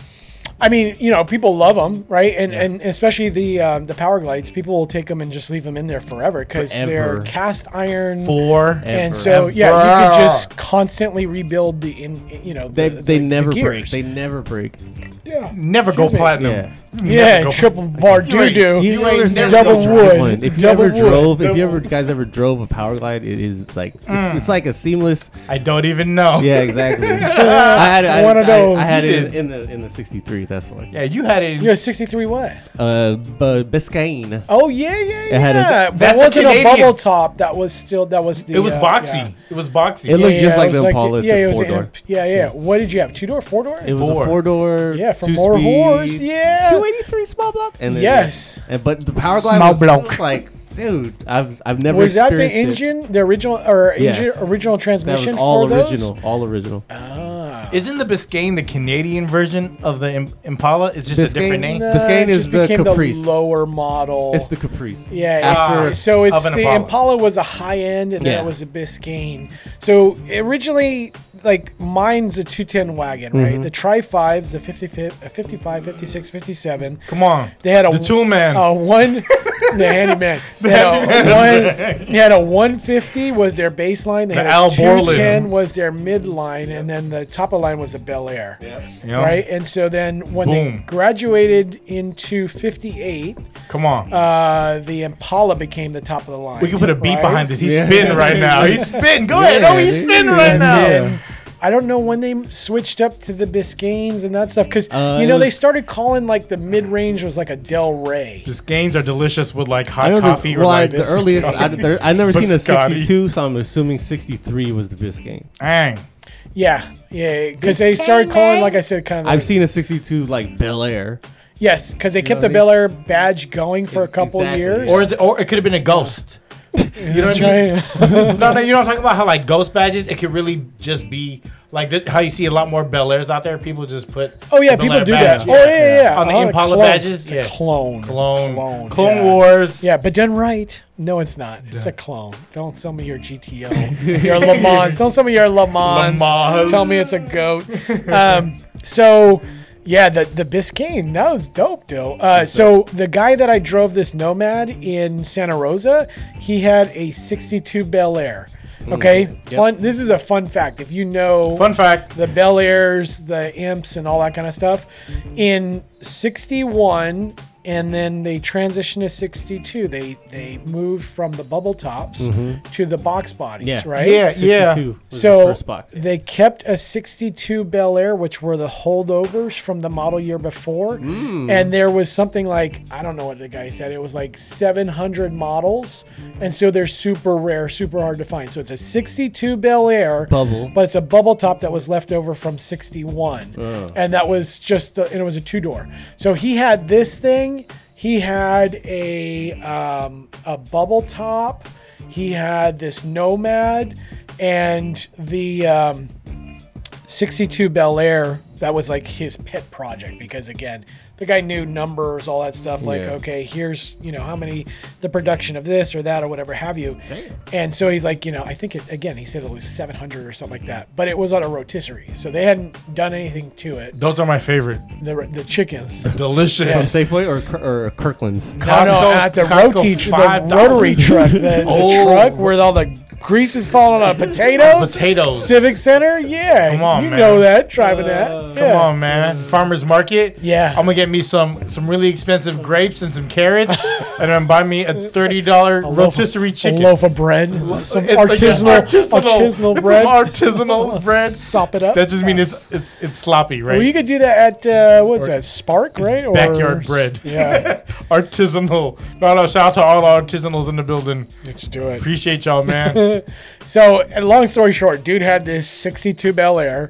I mean, you know, people love them, right? And and especially the um, the power glides, people will take them and just leave them in there forever because they're Forever. cast iron. Four. and Forever. so yeah, you Forever. could just constantly rebuild the in you know They, the, they the- the never break. gears. They never break. yeah, Never go me. platinum. Yeah. yeah, go- triple bar You doo ain't- doo. You ain't there's never double no wood. drive line. If you Double ever wood. Mm. drove, if Double- you ever guys ever drove a power glide, it is like it's, it's like a seamless. I don't even know. Yeah, exactly. I had I, One of I- those. I, had it in, in the in the '63. That's why. Yeah, you had it. You had 63 what? Uh, but Biscayne. Oh yeah, yeah, yeah. had a- but That's it a wasn't a, Canadian. bubble top. That was still that was the. It was uh, boxy. yeah. It was boxy. It looked Yeah, just yeah, like it the was Impala. the- it's yeah, a it was four an door. imp- Yeah, yeah. What did you have? Two door, four door? It was Four. a four door. Yeah, from Moore Horse, yeah. 283 small block. And then, Yes. And, but the power glide Small was still, block. like, dude, I've I've never was that the experienced it. engine, the original or Yes. engine, original That was transmission all for Oh. Ah, original. All original. Isn't the Biscayne the Canadian version of the Im- Impala? It's just a different Biscayne, name. those? Biscayne Uh, it is just the became Caprice. the lower model. it's the Caprice. yeah, yeah. Ah, After so it's of an the Impala. Impala. was a high end, and then Yeah. it was a Biscayne. So originally, like mine's a 210 wagon, Mm-hmm. right? The Tri Fives, the 55, uh, 55, 56, 57. Come on. They had a Oh, The two man. a Uh, one. the handyman. They had a, one, they had a 150 was their baseline. They The had a Al Borland. 210 was their midline, and then the top of line was a Bel Air. you know? Right, and so then when Boom. they graduated into '58, Come on. uh, the Impala became the top of the line. we can put a beat right? behind this. He's Yeah. spitting right now. He's spitting. Go ahead. Yeah, Oh, he's dude. spitting right And now. then, I don't know when they switched up to the Biscaynes and that stuff because Uh, you it know they was- started calling like the mid range was like a Del Rey. Just gains are delicious with like I hot don't know. coffee well, or I- like the earliest I, there, I've never seen a Biscotti. 62, so I'm assuming 63 was the Biscayne. Dang. Yeah, yeah, because they started calling like I said, kind of. I've seen a 62 like Bel Air. yes, because they kept know the Bel what I Air badge going E-, for a couple Exactly. years. Or is it, or it could have been a ghost. You know what I mean? No, no, you know what I'm talking about? How like ghost badges, it could really just be like th- how you see a lot more Bel Airs out there. People just put Oh yeah, the Bel people Air do badge. that. Oh yeah, yeah. yeah. On the Oh, Impala clones. badges, it's yeah. a clone, Clone, Clone, yeah. Wars. Yeah, but done right. No, it's not. It's a clone. Don't sell me your GTO, your Le Mans. Don't sell me your Le Mans. Mans. Tell me it's a goat. Um, so, yeah, the the Biscayne that was dope, though. Uh, so the guy that I drove this Nomad in Santa Rosa, he had a '62 Bel Air. Okay, fun. This is a fun fact. If you know Fun fact. the Bel Airs, the Imps, and all that kind of stuff. In '61, and then they transitioned to '62. They they moved from the bubble tops to the box bodies, Mm-hmm. Yeah. right? Yeah, yeah. 62 was the So first box. they kept a '62 Bel Air, which were the holdovers from the model year before, Mm. and there was something like I don't know what the guy said. It was like 700 models, and so they're super rare, super hard to find. So it's a '62 Bel Air Bubble. but it's a bubble top that was left over from 61 and that was just uh, and it was a two door so he had this thing he had a um, a bubble top he had this nomad and the um, 62 Bel Air, that was like his pet project because again, the guy knew numbers, all that stuff. Like, Yeah. okay, here's you know how many the production of this or that or whatever have you. And so he's like, you know, I think it again. He said it was 700 or something like that, but it was on a rotisserie, so they hadn't done anything to it. Those are my favorite. The the chickens. Delicious. Yes. Safeway or, Kir- or Kirkland's? No, no, Costco's- at the Costco roti, tr- $5. the rotary truck, the, the Oh. truck where all the grease is falling on the potatoes. Potatoes. Civic Center, yeah, Come on, you man. Uh, know that driving that. Come yeah. on, man. Farmers market. Yeah. I'm gonna get me some some really expensive grapes and some carrots, and then buy me a thirty dollar loaf of- rotisserie chicken. A loaf of bread, some It's like an artisanal, artisanal, it's bread. some artisanal bread. Sop it up. That just means it's it's it's sloppy, right? well, you could do that at uh, what's that? Spark, right? Or backyard bread. Yeah, artisanal. No, no. Shout out to all our artisanals in the building. let's do it. Appreciate y'all, man. So, and long story short, dude had this '62 Bel Air,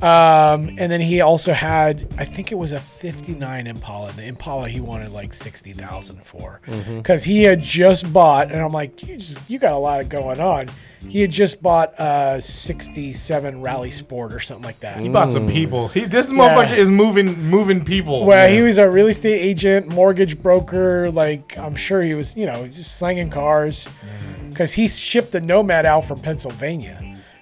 um, and then he also had, I think it was a '59 Impala. The Impala he wanted like sixty thousand for, because he had just bought, and I'm like, you just you got a lot of going on. He had just bought a '67 Rally Sport or something like that. he bought some people. He, this motherfucker is moving moving people. Well, he was a real estate agent, mortgage broker. Like, I'm sure he was, you know, just slanging cars Mm-hmm. because he shipped the Nomad out from Pennsylvania.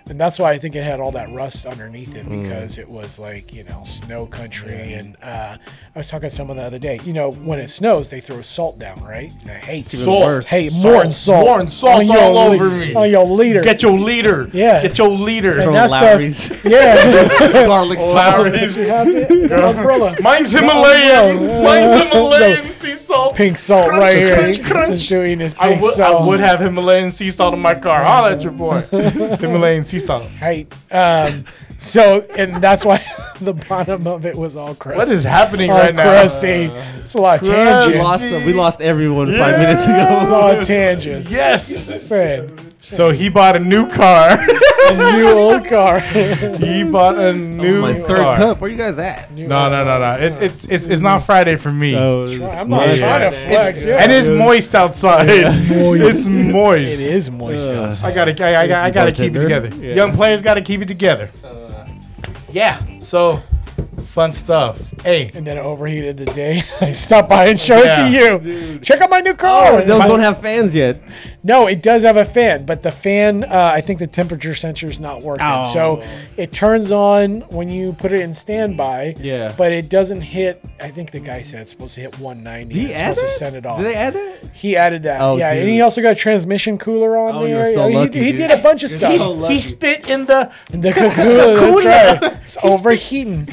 And that's why I think it had all that rust underneath it Mm. because it was like, you know, snow country. And uh, I was talking to someone the other day, you know, when it snows, they throw salt down, right? And I hate Salt. worse. Hey, more than salt. More than salt On your all lea- over me. On your leader. Get your leader. Yeah. Get your leader. and From that Oh. Lowry's. stuff. Yeah. Garlic salad. Lowry's. umbrella. Mine's Himalayan. umbrella. Mine's Himalayan sea salt. Pink salt Crunch, right here. crunch, crunch. He's doing his I pink would- salt. I would have Himalayan sea salt in my car. Holla at your boy. Himalayan sea salt. height. Um, so, and that's why the bottom of it was all crusty. What is happening all right now? crusty? it's a lot of Crust. We tangents. lost, we lost everyone Yeah. five minutes A ago. lot of tangents. Yes. Said, So he bought a new car. a new old car. he bought a new Oh My third car. cup. Where you guys at? No, no, no, no. It, it's it's it's not Friday for me. Oh. I'm not Yeah. trying to It's- flex. Yeah. And it's moist outside. It's moist. It is moist. Uh, outside. I gotta, I, I, I, gotta keep it Bartender? together. Yeah. Young players gotta keep it together. yeah. Uh, So, Fun stuff. Hey, And then it overheated the day. I stopped by and showed Yeah, it to you. Check out my new car. Oh, those My- don't have fans yet. No, it does have a fan, but the fan, uh, I think the temperature sensor is not working. Oh. So it turns on when you put it in standby. Yeah. But it doesn't hit. I think the guy said it's supposed to hit 190. Did it's add supposed to that? send it off. Did they add that? he added that. Oh, yeah. And dude. he also got a transmission cooler on Oh, there. you're so he, lucky, he dude. did a bunch of stuff. he, so lucky. he spit in the the cooler. That's right. It's overheating.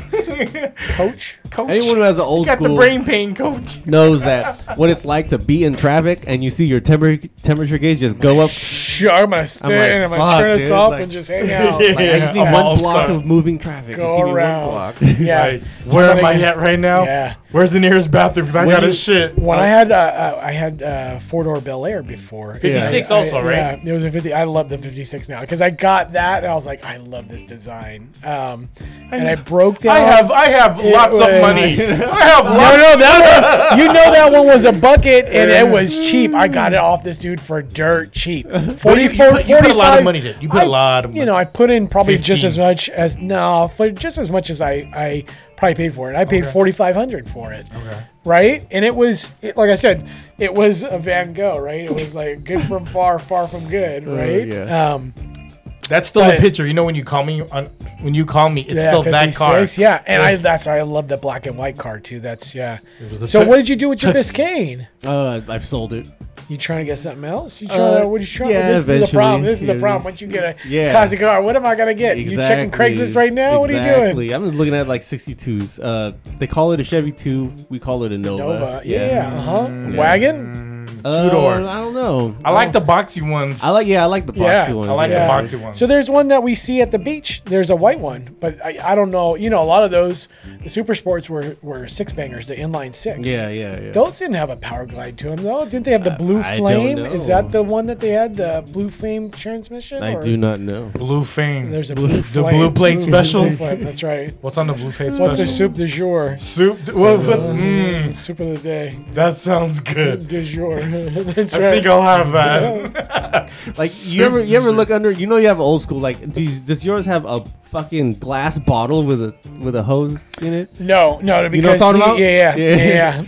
Coach. coach. Anyone who has an old got school the brain pain, coach. knows that what it's like to be in traffic and you see your temper- temperature gauge just go up. Shh, I'm gonna stay like, and I'm gonna fuck, turn this dude, off like- and just hang out. Yeah. Like, I just need Yeah, all one of a block sudden. of moving traffic. Just Go give me one around. block. Yeah. Like, where am Wanna I get- at right now? Yeah. Where's the nearest bathroom? Because I When got a you- shit. When I had uh, uh, I had uh, four door Bel Air before. 56 I- I- also, right? Yeah, it was a fifty. I love the fifty six now because I got that and I was like, I love this design. Um, and I broke down. I have I have It lots of was- money. I have No, lots. no, that one, you know that one was a bucket and it was cheap. I got it off this dude for dirt cheap. 44, you put- you put a lot of 45. money in it. You put a I- lot of You money. know, I put in probably just 15. as much as no, for just as much as I I probably paid for it. I paid forty five hundred for it. Okay. Right, and it was it, like I said, it was a Van Gogh, right? It was like good from far, far from good, right? Oh, yeah. Um, That's still But- the picture. You know when you call me on when you call me, it's yeah, still that car. 56, Yeah, and I that's why I love the black and white car too. That's yeah. was the So tux- what did you do with your tux- Biscayne? Uh, I've sold it. You trying to get something else? You trying Uh, to, what are you trying? yeah, this is the problem. eventually. This is the Yeah. problem. Once you get a Yeah. classic car, what am I gonna get? You checking Craigslist right now? What are you doing? Exactly. I'm looking at like 62s. Uh, they call it a Chevy 2. We call it a Nova. Nova. Yeah. Uh huh. Wagon. Uh, Two-door. I don't know. I like the boxy ones. I like. Yeah, I like the boxy Yeah, one. I like the yeah. boxy one. So there's one that we see at the beach. There's a white one, but I, I don't know. You know, a lot of those the super sports were were six bangers, the inline six. Yeah, yeah, yeah. Those didn't have a power glide to them though. Didn't they have the blue I don't flame? Is know. that the one that they had the blue flame transmission? I or- do not know. Blue Fame. There's a blue flame. blue plate special? blue flame, That's right. What's on the blue plate? What's the special? soup du jour? soup? What, what, mm, Soup of the day. that sounds good. Du jour. That's I right. think I'll have that. Like Soup you ever, you ever dessert. look under? You know you have old school. Like, do you, does yours have a fucking glass bottle with a with a hose in it? no, no, know because what I'm he- talking yeah, yeah, about? yeah, Yeah. yeah,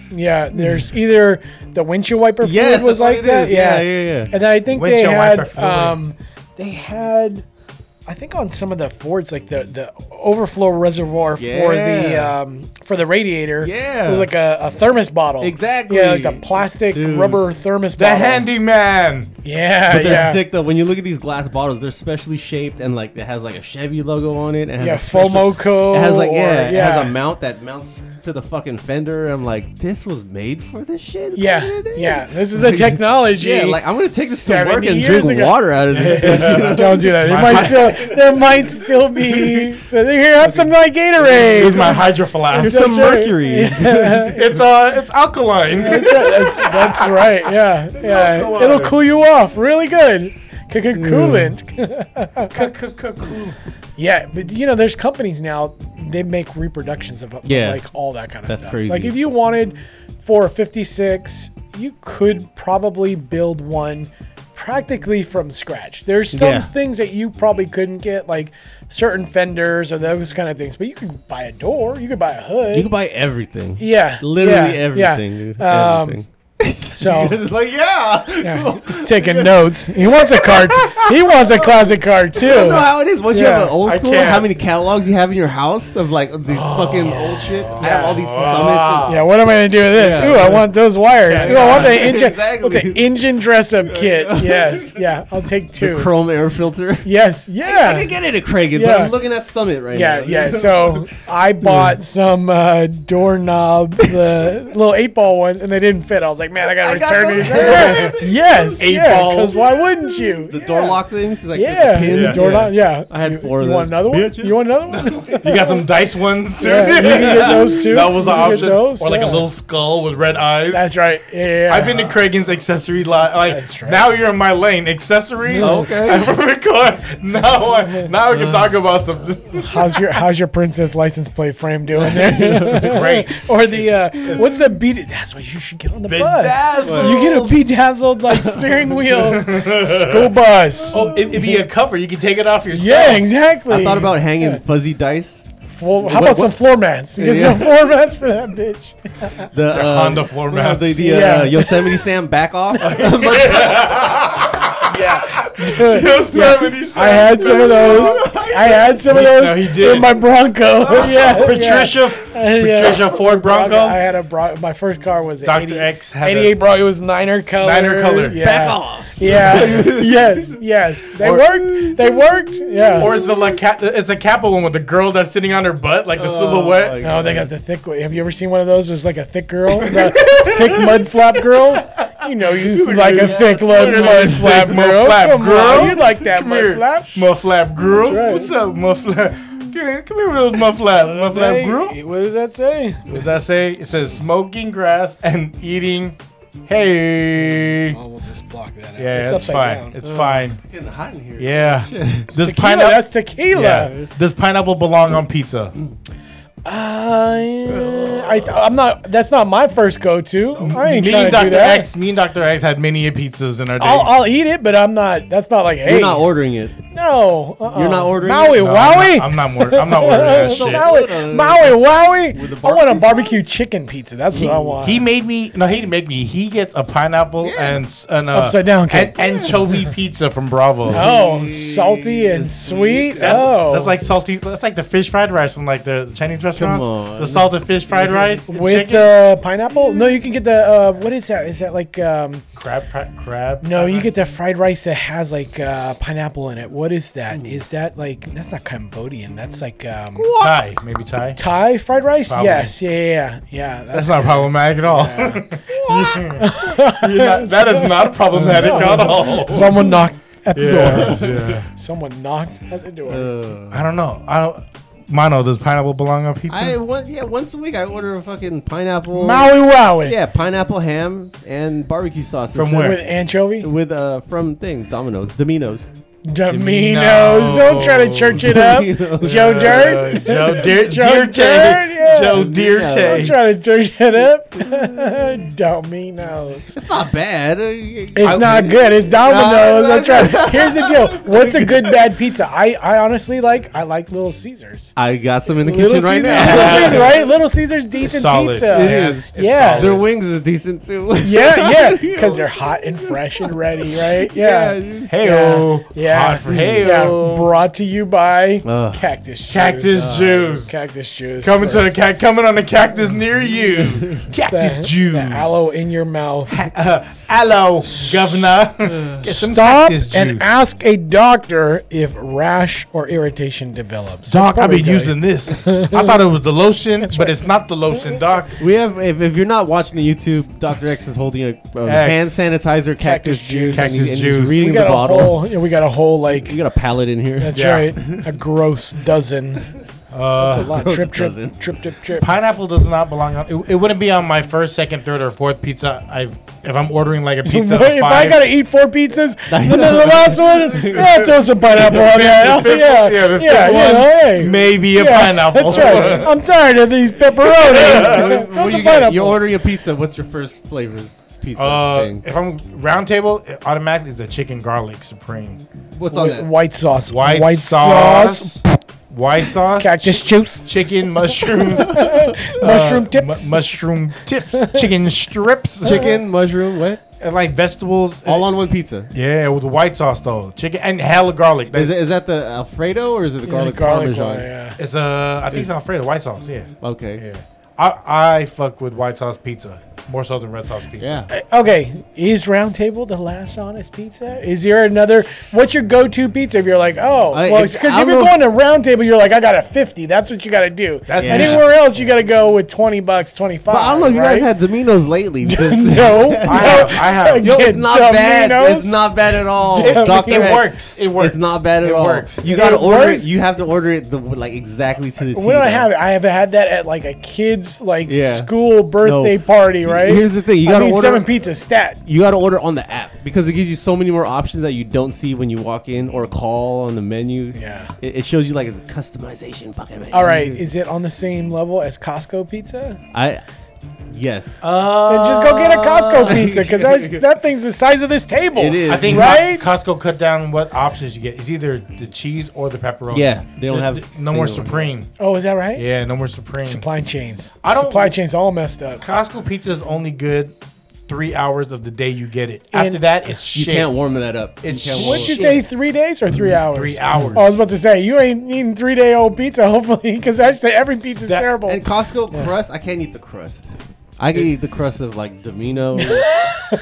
yeah. There's either the windshield wiper fluid Yes, was that's what like it that, is. yeah. Yeah, yeah, yeah. And then I think Windshield they wiper had, fluid. um, they had, I think on some of the Fords, like the the overflow reservoir for the Yeah. um for the radiator, Yeah. it was like a, a thermos bottle, Exactly. yeah, like the plastic Dude. rubber thermos The bottle, handyman. yeah, But they're yeah. sick though. When you look at these glass bottles, they're specially shaped and like it has like a Chevy logo on it. And it has Yeah, a special- FOMOCO It has like or- yeah, it yeah. has a mount that mounts to the fucking fender. I'm like, this was made for this shit. Yeah, Look at it. yeah. This is the technology. Yeah, like I'm gonna take this to 70 work and years drink ago. water out of this. bitch, you know? Don't do that. There might still there might still be. So here, have some like Gatorade. Here's my hydro flask. Here's So some sorry. mercury. It's uh, it's alkaline. That's right. That's, that's right. Yeah, yeah. cool. It'll cool you off really good. C- Mm. c- Coolant. yeah, but you know, there's companies now they make reproductions of, of, Yeah. like all that kind of That's stuff. crazy. Like if you wanted for a 56, you could probably build one practically from scratch. There's some Yeah. things that you probably couldn't get, like certain fenders or those kind of things. But you could buy a door, you could buy a hood. You can buy everything. yeah, Literally yeah, yeah. everything, dude. Um, everything. So It's like yeah. Yeah, he's taking notes. He wants a car. T- he wants a classic car I know too. how it is. Once you Yeah, have an old I school, can't. how many catalogs you have in your house of like these fucking old shit? I have all these summits. Oh, Yeah, what am I gonna do with this? Yeah. Ooh, I want those wires. Ooh, I want the engine. Exactly. What's an engine dress-up kit? Yes, yeah, I'll take And two. the chrome air filter. yes, I yeah, can get it at Kragen, but Yeah. I'm looking at Summit right yeah, now. yeah. So I bought some uh, doorknob, the little eight-ball ones, and they didn't fit. I was like, man, I gotta I got return those. these. Yeah. yes, Eight yeah, balls. 'cause why wouldn't you? the yeah. door lock things, like Yeah, the, the the pin. Yeah. door knob. Yeah, I had You- four of You want those. another one? Bitches. You want another one? You got some dice ones. too? Yeah, you can get those too. That was You an can get option. those, or like yeah. a little skull with red eyes. That's right. Yeah, yeah, yeah. I've been to Kragen's accessory lot. Like That's right. now, you're in my lane. Accessories. Okay. I'm record. Now, I, now we Uh. can talk about something. How's your How's your princess license plate frame doing there? Great. or the uh, what's the beat? That's what you should get on the bus. Bedazzled. You get a bedazzled like steering wheel school bus. Oh, it, it'd be a cover. You can take it off yourself. yeah, exactly. I thought about hanging fuzzy dice Floor, how What- about some what- floor mats? You get Yeah. some floor mats for that bitch. The uh, Honda floor mats. The, the, uh, Yeah. Yosemite Sam back off. Yosemite I had some of those. I had some of No, those he did. in my Bronco. yeah, Patricia, yeah. Patricia Ford Bronco. I had a Bronco. My first car was Dr. 80 X had a- 88 Bronco. It was niner color. Niner color. Yeah. back off. Yeah. yes. Yes. They Or- worked. They worked. Yeah. Or is the like cat? Is the Kappa one with the girl that's sitting on her butt, like the silhouette? No, they got the thick. one. Have you ever seen one of those? It was like a thick girl, the thick mud flap girl. You know, you like a thick Look mud, at mud this flap thick girl. mudflap Come girl. on, you like that Come mud here. flap? Mufflap girl. right. What's up, Mufflap? Come here come here with those Mufflap. Mufflap girl. Hey, What does that say? What does that say? It says smoking grass and eating hay. Oh, we'll just block that out. Yeah, it's, fine. It's fine. Getting hot in here. Yeah. This Tequila, pineapple. that's tequila. Yeah. Does pineapple belong on pizza? Uh, I, I'm not. That's not my first go-to. I ain't Me trying and to do Dr. that. X, me and Dr. X had many pizzas in our day. I'll, I'll eat it, but I'm not. That's not like hey. You're not ordering it. no, uh-uh. You're not ordering Maui, it? No, I'm Wowie. not, I'm not, wor- I'm not ordering that So shit. Maui, With a- Maui, Wowie. with a I want a barbecue barbecue chicken pizza. That's what I want. He, he made me. No, he didn't make me. He gets a pineapple and s- and uh, Upside down cake. an- anchovy pizza from Bravo. oh, salty and sweet. That's, oh, that's like salty. That's like the fish fried rice from like the Chinese restaurants. on. The salted fish fried rice and with chicken. the pineapple. No, you can get the uh, what is that? Is that like um? crab, pra- crab. No, you get the fried rice that has like uh, pineapple in it. What is that? Is that like that's not Cambodian? That's like um, Thai, maybe Thai. Thai fried rice. Probably. Yes, yeah, yeah, yeah. yeah That's that's, not problematic at all. You're not- that is not problematic at all. someone knocked at the door. Yeah, yeah. Someone knocked at the door. Uh, I don't know. I don't. Mono, does pineapple belong on pizza? I one, yeah once a week I order a fucking pineapple. Maui Wowie Yeah, pineapple ham and barbecue sauce. From instead- where? with anchovy. With uh from thing Domino's Domino's. Domino's. Don't try to church it up. Domino's. Joe Uh, Dirt. Joe Dirt. Joe Dirt. Joe Dirt, yeah. Joe Don't Dirt. try to church it up. Domino's. It's not bad. It's not good. It's Domino's. No, it's That's right. Here's the deal. What's a good bad pizza? I, I honestly like I like Little Caesars. I got some in the Little kitchen right Caesars, now. Little Caesars, right? Little Caesars, decent solid. pizza. It Yeah, is. it's Yeah. solid. Their wings is decent too. Yeah, yeah, because they're hot and fresh and ready, right? Yeah. dude. Heyo. Yeah. Hot for Yeah. heyo. Brought to you by Ugh. Cactus Juice. Uh, Cactus juice. Cactus Juice. Coming to a cat, coming on a cactus near you. Cactus the, juice. uh, The aloe in your mouth. Aloe, governor. Get some Stop cactus and juice. ask a doctor if rash or irritation develops. Doc, I've Probably been good. using this. I thought it was the lotion, but right. it's not the lotion, Doc. We have. If, if you're not watching the YouTube, Doctor X is holding a, a hand sanitizer, cactus, juice, Cactus and he's, and he's juice. We reading the got a bottle. whole. Yeah, we got a whole like. You got a pallet in here. That's Yeah. Uh, right. A gross dozen. That's a lot. gross Trip, trip, dozen. trip, trip, trip. Pineapple does not belong on. It, it wouldn't be on my first, second, third, or fourth pizza. I if I'm ordering like a pizza. of if I five- gotta eat four pizzas, and then the last one, yeah, throw some pineapple on that. fifth- yeah, Yeah, yeah, the yeah, fifth one, hey. maybe a pineapple. That's right. I'm tired of these pepperonis. What Throw do some you get? pineapple. You're ordering a pizza. What's your first flavor pizza Uh, thing? if I'm round table, it automatically is the chicken garlic supreme. What's on Wait, that? white sauce. White, sauce, white sauce, Cactus juice. chicken mushrooms, Mushroom uh, tips. mu- mushroom tips, chicken strips, Chicken, mushroom, what? and like vegetables. Uh, All on one pizza. yeah, with white sauce though, chicken and hella garlic. Is, it, is that the Alfredo or is it the garlic, parmesan? one, yeah. it's uh, I think it's Alfredo white sauce. Yeah, Okay. yeah. I I fuck with white sauce pizza more so than red sauce pizza. Yeah. Uh, Okay, is Round Table the last honest pizza? Is there another? What's your go-to pizza? If you're like, oh, I- well, Uh, it's- because I if you're don't- going to Round Table, you're like, I got a fifty. That's what you got to do. That's- Yeah. Anywhere else, you got to go with twenty bucks, twenty-five. But I don't know if you guys right? had Domino's lately. because- no, I have, I have. Yo, it's Get not bad. Domino's? It's not bad at all. It- Dr. it X, works. It works. It's not bad at It all. works. You gotta It order works. it. You have to order it the like exactly to the T. When did I though. have it? I have had that at like a kid's like Yeah. school birthday party, right? Here's the thing, you gotta I mean, order- seven pizzas stat. You gotta order on the app because it gives you so many more options that you don't see when you walk in or call on the menu. Yeah. It, it shows you like it's a customization fucking menu. All right, is it on the same level as Costco pizza? I. Yes. Then just go get a Costco pizza because that, that thing's the size of this table. It is. Oh. I think Right? Co- Costco cut down what options you get. It's either the cheese or the pepperoni. Yeah, they don't The- have- the- they no more don't have- Supreme. Oh, is that right? Yeah, no more Supreme. Supply chains. I don't- Supply chains all messed up. Costco pizza is only good three hours of the day you get it. And- After that, it's you shit. can't warm that up. It's you can't shit. warm What'd you Oh, shit. say? Three days or three hours? Three hours. Oh, I was about to say you ain't eating three day old pizza, hopefully, because actually every pizza's That- terrible. And Costco crust, I can't eat the crust. I can eat the crust of like Domino,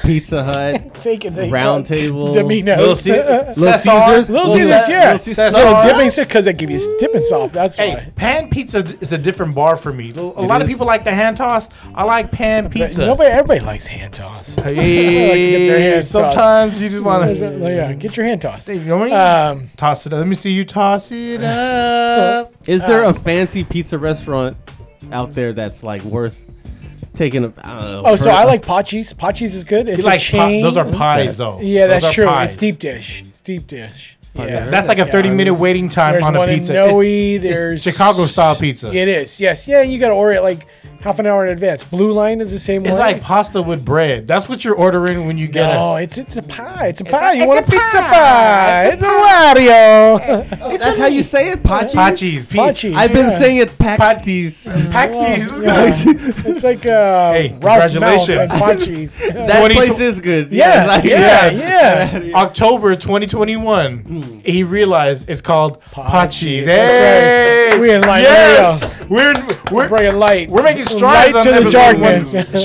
Pizza Hut, Take it, they Round call- Table, Domino's. Little Ce- Little Cesar. Caesars, Little Little Caesars, Ca- yeah. Little Caesars. Little Sauce? dipping because they give you dipping sauce. That's Hey, why. pan pizza d- is a different bar for me. A a It lot of is. people like the hand toss. I like pan But pizza. Nobody, everybody likes hand toss. Hey, likes to get their hand tossed. sometimes you just want to. yeah, get your hand tossed. You know what I mean? Um, toss it up. Let me see you toss Uh, it up. Is there Um, a fancy pizza restaurant out there that's like worth taking a? I don't know, oh, so per- I like Pachi's. Pachi's is good. It's You a like pie- chain. those are pies though. Yeah, Those that's are true. pies. It's deep dish. It's deep dish. Yeah. That's like a Yeah. 30 minute waiting time There's on a one pizza. in It's- Noe. it's there's Chicago style pizza. It is. Yes. Yeah. You got to order it like half an hour in advance. Blue Line is the same It's way. like pasta with bread. That's what you're ordering when you get no, it's it's a pie. It's a pie. a- Ah, you want a it's a pizza pie. pie? It's a Wario. Oh, that's how you say it, Pachi. a Pachis. Pachi. I've been Yeah. saying it, Pasties. Paxis. Yeah. it's like uh, Hey, Ralph Mouth congratulations. and Pachi's. Yeah. That 20 place is good. yeah, Yes, I- yeah, yeah. yeah. October 2021. He realized it's called Pachis. Pachis. That's right. We in line, Yes. We're, we're, Bring a light. we're making light strides on to the episode one. darkness.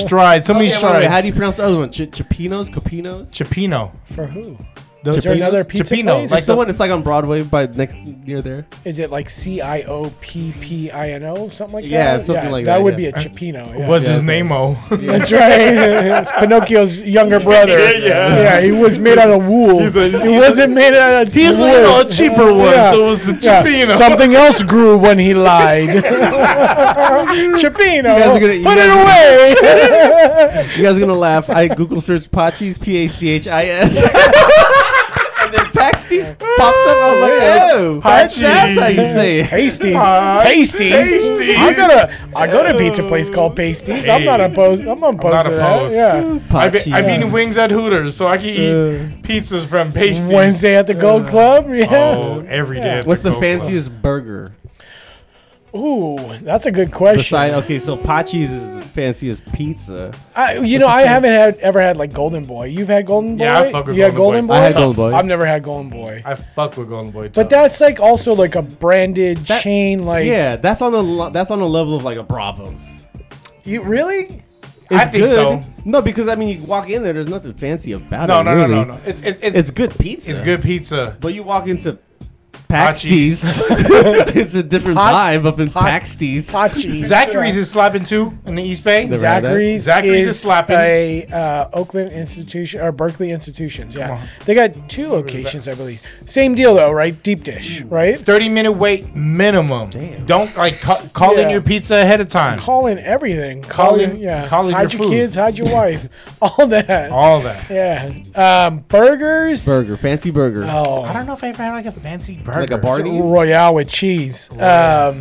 Stride. So many Yeah, wait, wait, strides. how do you pronounce the other one? Ch- Chipinos? Capinos? Chipino. For who? Those Is there Chipinos? another pizza Chipino, like place? Like the one that's like on Broadway by next near there. Is it like C I O P P I N O something like Yeah, that? something like That that, would yeah. be a Chipino. yeah. Was Yeah, his okay. name oh? O? That's right. it's Pinocchio's younger brother. Yeah, yeah. he was made out of wool. He's a- he wasn't made out of He's wool. like a cheaper one, Yeah. so it was the Yeah. Chipino. Something else grew when he lied. Chipino, guys are gonna- you put it guys are- away. You guys are gonna laugh. I Google search Pachis, P A C H I S. And then Paxties popped up. I was like, oh, Pachis. that's how you say it. pasties, Pie. pasties. Uh, Pasties. I gotta, I go to a pizza place called Pasties. I'm not Hey. opposed. I'm not opposed not to opposed. that. Yeah. Uh, I've, been- I've Pachis. eaten wings at Hooters, so I can eat pizzas from pasties. Uh, Wednesday at the Gold Club. Yeah. Oh, every day. at What's the Gold Club. fanciest burger? Ooh, that's a good question. Beside, okay, so Pachis is the fanciest pizza. I, you know, I haven't had ever had like Golden Boy. You've had Golden Boy. Yeah, I fuck with You had Golden Golden Boy. Boy. I had Golden Boy. I've never had Golden Boy. I fuck with Golden Boy. But tough. that's like also like a branded That- chain. Like, yeah, that's on a lo- that's on a level of like a Bravo's. you really? I think so. No, because I mean, you walk in there, there's nothing fancy about no, it. no, really. no, no, no. It's it's it's, It's it's, good pizza. good pizza. But you walk into Paxties, it's a different Pot- vibe up in pot- Paxties. Tachi. Zachary's is slapping too in the East Bay. The Zach- Zachary's, Zachary's is, is slapping. a uh, Oakland institution or Berkeley institutions. Yeah, they got two locations, I believe. Same deal though, right? Deep dish, Mm. right? Thirty minute wait minimum. Damn. Don't like ca- call in Yeah. your pizza ahead of time. Call in everything. Call Call in- in, yeah. call in hide your your, food. kids, hide your wife, all that. All that. yeah, um, burgers. Burger, fancy burger. I Oh, don't know if I ever had like a fancy burger. like a Barney's. Royale with cheese. Um,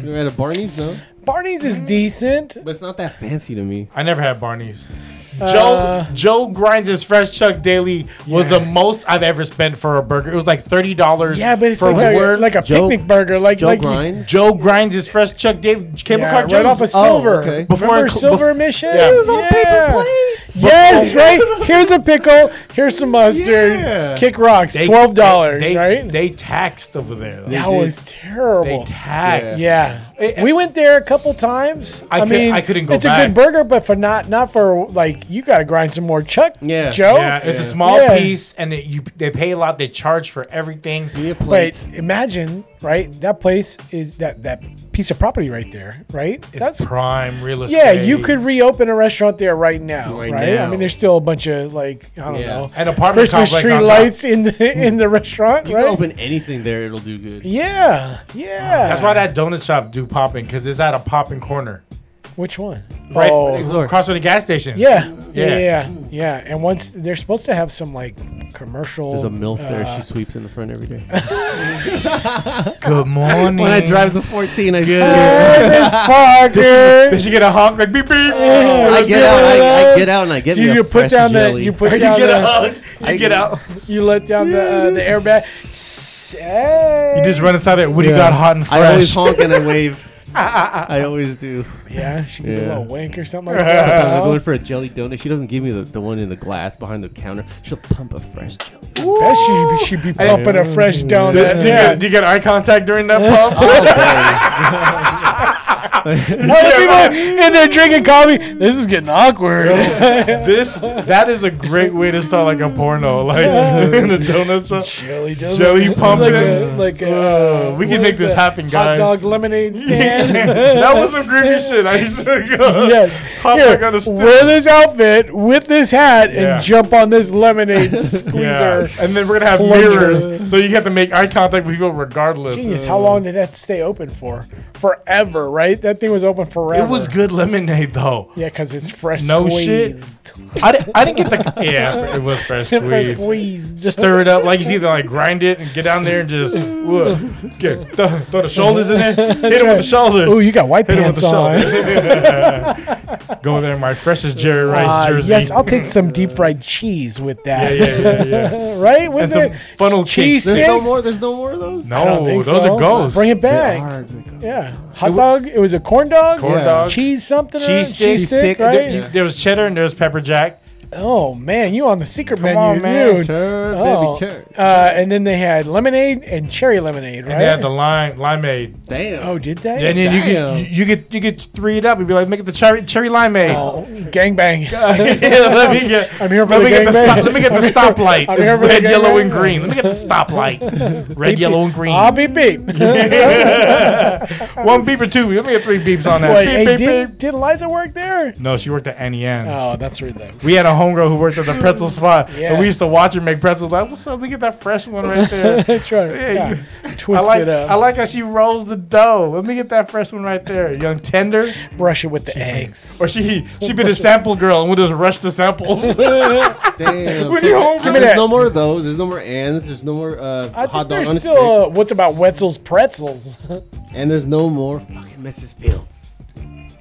You're at a Barney's, no? Barney's is decent. But it's not that fancy to me. I never had Barney's. Uh, Joe Joe grinds his fresh chuck daily was Yeah. the most I've ever spent for a burger. It was like thirty dollars. Yeah, but it's for like a, one. like a Joe- picnic burger, like Joe like you- Grimes. Joe grinds his fresh chuck daily cable yeah, car right Joe's. Oh, off a silver. okay. Before Remember it cl- silver bef- mission? yeah. It was on paper plates. Yes, right. Here's a pickle. Here's some mustard. Yeah. Kick rocks. They- Twelve dollars, they- right? They taxed over there. though. that did. was They terrible. taxed. yeah, It- we went there a couple times. I I, could- mean, I couldn't go It's a back. good burger, but for not not for like you got to grind some more chuck. Yeah. Joe. Yeah, it's a small Yeah. piece, and it, you they pay a lot. They charge for everything. Give me a plate. But imagine, right? That place is that that piece of property right there, right? It's prime real estate. yeah. You could reopen a restaurant there right now, Right right? now. I mean, there's still a bunch of like I don't Yeah. Hmm. know, An apartment Christmas complex tree on top. lights in the in the restaurant, you right? can open anything there, it'll do good. yeah, yeah. That's why that donut shop do popping because it's at a popping corner, Which one? right? Oh, across from the gas station. yeah, Yeah. Hmm. yeah, yeah, yeah. And once they're supposed to have some like commercial. There's a milf there. uh, She sweeps in the front every day. Good morning. when I drive the 14, I see her. Hey, Miss Parker. Did she get a honk like beep beep? I get out. I, I get out and I get. Do me you, a put fresh down the jelly. you put You down get a the, hug. You get out. you let down the uh, the airbag. Hey. You just run inside it. What do you Yeah. got hot and I always fresh? honk and I wave. Ah, I always do. Yeah, she can do a Yeah. little wink or something like that. I'm no? going for a jelly donut. She doesn't give me the, the one in the glass behind the counter. She'll pump a fresh jelly. Bet she'd be, she'd be pumping a fresh Do you, donut. get, do you get eye contact during that Oh, pump? all day. Other people in there drinking coffee. This is getting awkward. this that is a great way to start like a porno, like in a donut shop. Jelly donut. Jelly Like pumping. a, like a, Uh, we can what make is this that? happen, guys. Hot dog lemonade stand. that was some creepy shit. I used to go. yes. Hot Here, dog on a stick. wear this outfit with this hat and Yeah. jump on this lemonade squeezer. And then we're gonna have plunger. mirrors, so you have to make eye contact with people regardless. Genius. How long did that stay open for? Forever, right? That thing was open forever. It was good lemonade though. Yeah, because it's fresh No shit. squeezed. I didn't, I didn't get the yeah. It was fresh fresh squeeze. squeezed. Stir it up like you see. They like grind it and get down there and just whoa, get, throw, throw the shoulders in there. Hit it with the shoulders. Ooh, you got white Hit it with pants the on. shoulder. Go there in my freshest Jerry Rice Ah, jersey. yes, I'll take some deep fried cheese with Yeah, that. yeah, yeah, yeah. Right? Was some it funnel cakes. cheese There's There's sticks? no more. There's no more of those. I don't No, think Oh, those so. are ghosts. Bring it They back. are. They're gone. Yeah, hot dog. It was a corn dog. Corn Yeah. dog, Cheese something. or cheese other? stick. Cheese stick, There- right? There, was cheddar and there was pepper jack. Oh man, you on the secret Come menu, on, man. dude. Chirp, Oh. baby, chirp. Uh, and then they had lemonade and cherry lemonade, right? And they had the lime limeade. Damn. oh, did they? And then you Damn. get you, you get you get three it up and be like, make it the cherry cherry limeade. oh, gangbang. let me get. I'm here Let for the me get the gangbang. stop. Let me get the stoplight. I'm It's here for the red, yellow, and gangbang. green. Let me get the stoplight. Red, yellow, and green. Ah, beep beep. One beep or two. Let me get three beeps on that. Wait, Beep, hey, beep, did, beep. did Liza work there? No, she worked at Annie Ann's. Oh, that's weird though. We had a homegirl who worked at the pretzel spot, Yeah. and we used to watch her make pretzels. Like, what's up? We get that fresh one right there. That's right. Yeah, Yeah. you- I Twist like. it up. I like how she rolls the dough. Let me get that fresh one right there, young tender. Brush it with the eggs. Or she she been a sample girl and would just rush the samples. Damn. What are you hungry? there's no more of those. There's no more ands. There's no more uh, I hot think dog there's on a still stick. uh, what's about Wetzel's pretzels. And there's no more fucking Mrs. Fields.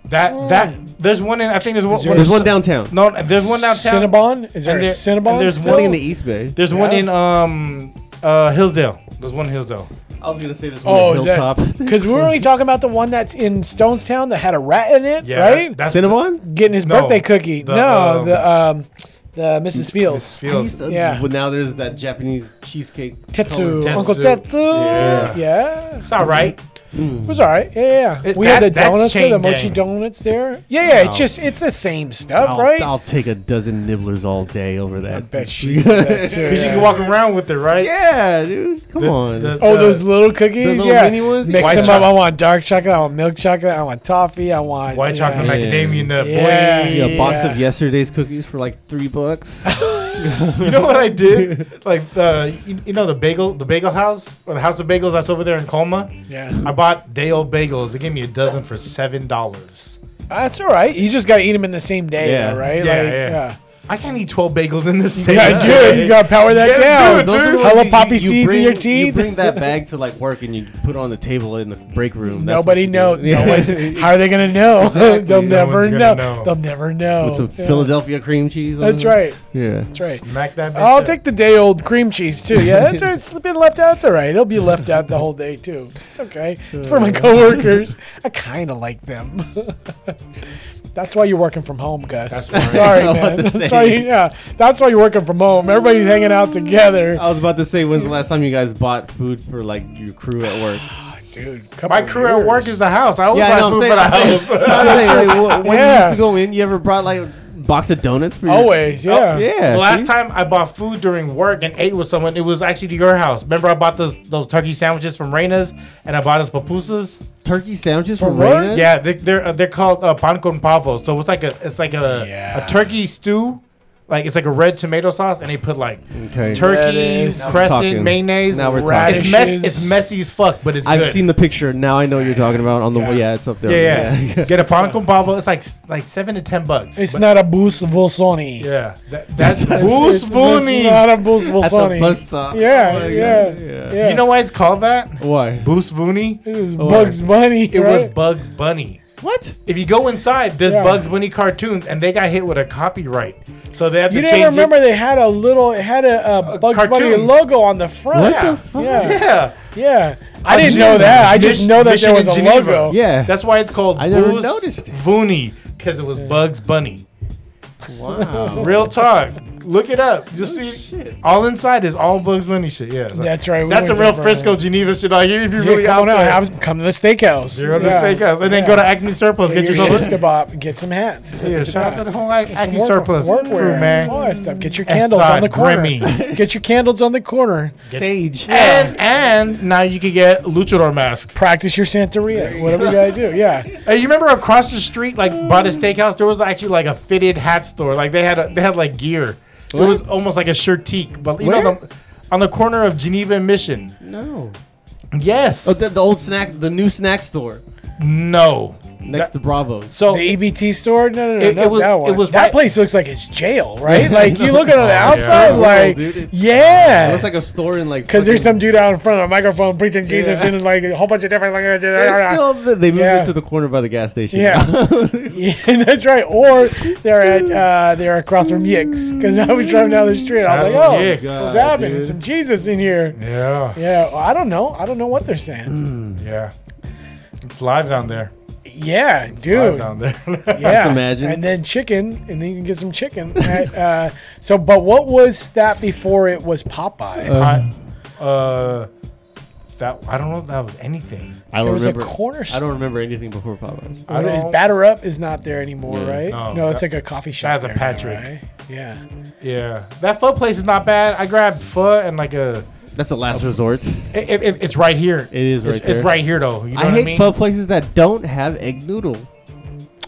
that that there's one in. I think there's one. Mm. there There's there's, one downtown. no, there's one downtown. Cinnabon? Is there And a there- Cinnabon? and there's still? One in the East Bay. There's one Yeah. in um uh Hillsdale. There's one in Hillsdale. I was gonna say this one. Oh, at is Hilltop. that because we were only talking about the one that's in Stonestown that had a rat in it, right? That's Cinnabon? Getting his No, birthday cookie. the, no, um, the um, the Mrs. Fields, I used Fields. to- Yeah. But now there's that Japanese cheesecake. Tetsu, colored- Uncle Tetsu. Tetsu. Yeah. Yeah. It's all right. it was all right. Yeah, yeah. yeah. It- we that- had the that's donuts there, the chain mochi gang. donuts there. Yeah, yeah. It's just it's the same stuff, I'll, right? I'll take a dozen nibblers all day over that. I Bet she said that too. Because you yeah. can walk around with it, right? Yeah, dude. Come The- on. the- Oh, the- those little cookies, little yeah. mini ones? Mix White them up. chocolate. I want dark chocolate. I want milk chocolate. I want toffee. I want white yeah. chocolate Yeah. macadamia nut. Yeah. Boy. Yeah, a box Yeah. of yesterday's cookies for like three bucks. You know what I did? Like the you, you know the bagel the bagel house or the house of bagels that's over there in Colma. Yeah, I bought day old bagels. They gave me a dozen for seven dollars. that's all right. You just got to eat them in the same day, Yeah. right? Yeah, like, yeah. yeah. I can't eat twelve bagels in this. same Yeah, day. dude, you gotta power Yeah, that down. dude, Those are the dude. ones Hello you- Poppy you seeds bring- in your You teeth. bring that bag to like work and you put it on the table in the break room. That's Nobody what you knows. do. Yeah. How are they gonna know? They'll No never one's know. gonna know. They'll never know. With some Yeah. Philadelphia cream cheese. On That's it. right. Yeah. That's right. Smack that. bitch I'll up. take the day old cream cheese too. Yeah, that's right. It's been left out. It's all right. It'll be left out the whole day too. It's okay. It's for my Uh. coworkers. I kind of like them. that's why you're working from home, Gus. That's right. Sorry, I was man. about to That's say. why. you- Yeah, that's why you're working from home. Everybody's hanging out together. Oh. I was about to say, when's the last time you guys bought food for like your crew at work? Dude, couple My crew at work years. is the house. I always Yeah, buy I know. I'm food saying, for the I'm saying, house. I'm saying, like, wh- when you Yeah. used to go in, you ever brought like a box of donuts for your always. Yeah. Oh, yeah. The see? last time I bought food during work and ate with someone, it was actually to your house. Remember, I bought those those turkey sandwiches from Reina's, and I bought us pupusas. turkey sandwiches For from work? Reina's? Yeah, they, they're uh, they're called uh, pan con pavo. So it's like a it's like a, Yeah. a turkey stew, like it's like a red tomato sauce, and they put like Okay. turkey, Lettuce. crescent, Talking. mayonnaise. Now we're talking. it's, mess, Radishes. it's messy as fuck, but it's I've good. seen the picture. Now I know what you're talking about on the yeah, it's up there. yeah, yeah. yeah. Get a panko pavo. It's like s- like seven to ten bucks. It's But- not a boost Volsoni. Yeah, that, that's It's- Boos It's Booney. not a boost At the Volsoni. bus stop. Yeah, Oh my yeah, God, yeah, You know why it's called that? Why? Boos Booney. it was Bugs Bunny. It was right? Bugs Bunny. What? If you go inside, there's Yeah. Bugs Bunny cartoons, and they got hit with a copyright, so they have You to didn't change. remember It. they had a little, it had a, a Bugs Bunny cartoon. logo on the front. What the fuck? Yeah, yeah. Yeah, I didn't Michigan- know that. I just Mich- know that Michigan, there was a Geneva. logo. Yeah. that's why it's called I never Boos noticed it. Booney because it was Bugs Bunny. wow. Real talk. Look it up. You'll see. Oh, shit. All inside is all Bugs Bunny shit. Yeah, so- That's right. we That's a went real different. Frisco Geneva shit. Like, if you Yeah, really come out on out. there, Have, come to the steakhouse. you're on the Yeah. steakhouse, and then Yeah. go to Acme Surplus, get Get your yourself shish a kebab. Get some hats. Yeah, shout out to the whole Some Acme work- Surplus workwear, crew, man. All that stuff. Get your It's candles not on the corner. Remy. Get your candles on the corner. Sage. And and now you can get luchador mask. Practice your Santeria. Whatever you gotta do. Yeah. Hey, you remember across the street, like by the steakhouse, there was actually like a fitted hat store. Like they had a, they had like gear. It What? was almost like a shirtique, but you know Where? the, on the corner of Geneva and Mission. No. Yes. Oh, the, the old snack, the new snack store no. next That- to Bravo's. so The EBT store? No, no, no. Oh, It- not it was- that one. it was that right- place looks like it's jail, right? Like you look at it on the outside, Little, like dude, it's- yeah. It looks like a store in like. Cause there's fucking- some dude out in front of a microphone preaching Jesus Yeah. in like uh, a whole bunch of different languages. They're still, they moved Yeah. it to the corner by the gas station. Yeah. yeah, that's right. Or they're at uh, they're across from Yicks because I was driving down the street. I was Shout out like, to oh, Yicks. what's God, happening? dude. Some Jesus in here. yeah, Yeah, well, I don't know. I don't know what they're saying. yeah, it's live down there. Yeah, Live dude. down there. Yeah, imagine. And then chicken, and then you can get some chicken. at, uh, so, but what was that before it was Popeyes? I, uh, that I don't know if that was anything. I don't There was a remember. corner Uh, I don't remember anything before Popeyes. I What is don't- Batter Up is not there anymore, Yeah. right? No, No, it's that- like a coffee shop. that's a there now, Patrick. right? Yeah. Yeah, that pho place is not bad. I grabbed pho and like a. That's a uh, last resort. It, it- it- it's right here. It is It's- right it's, there. right here though. You know I what hate I mean? pub places that don't have egg noodle.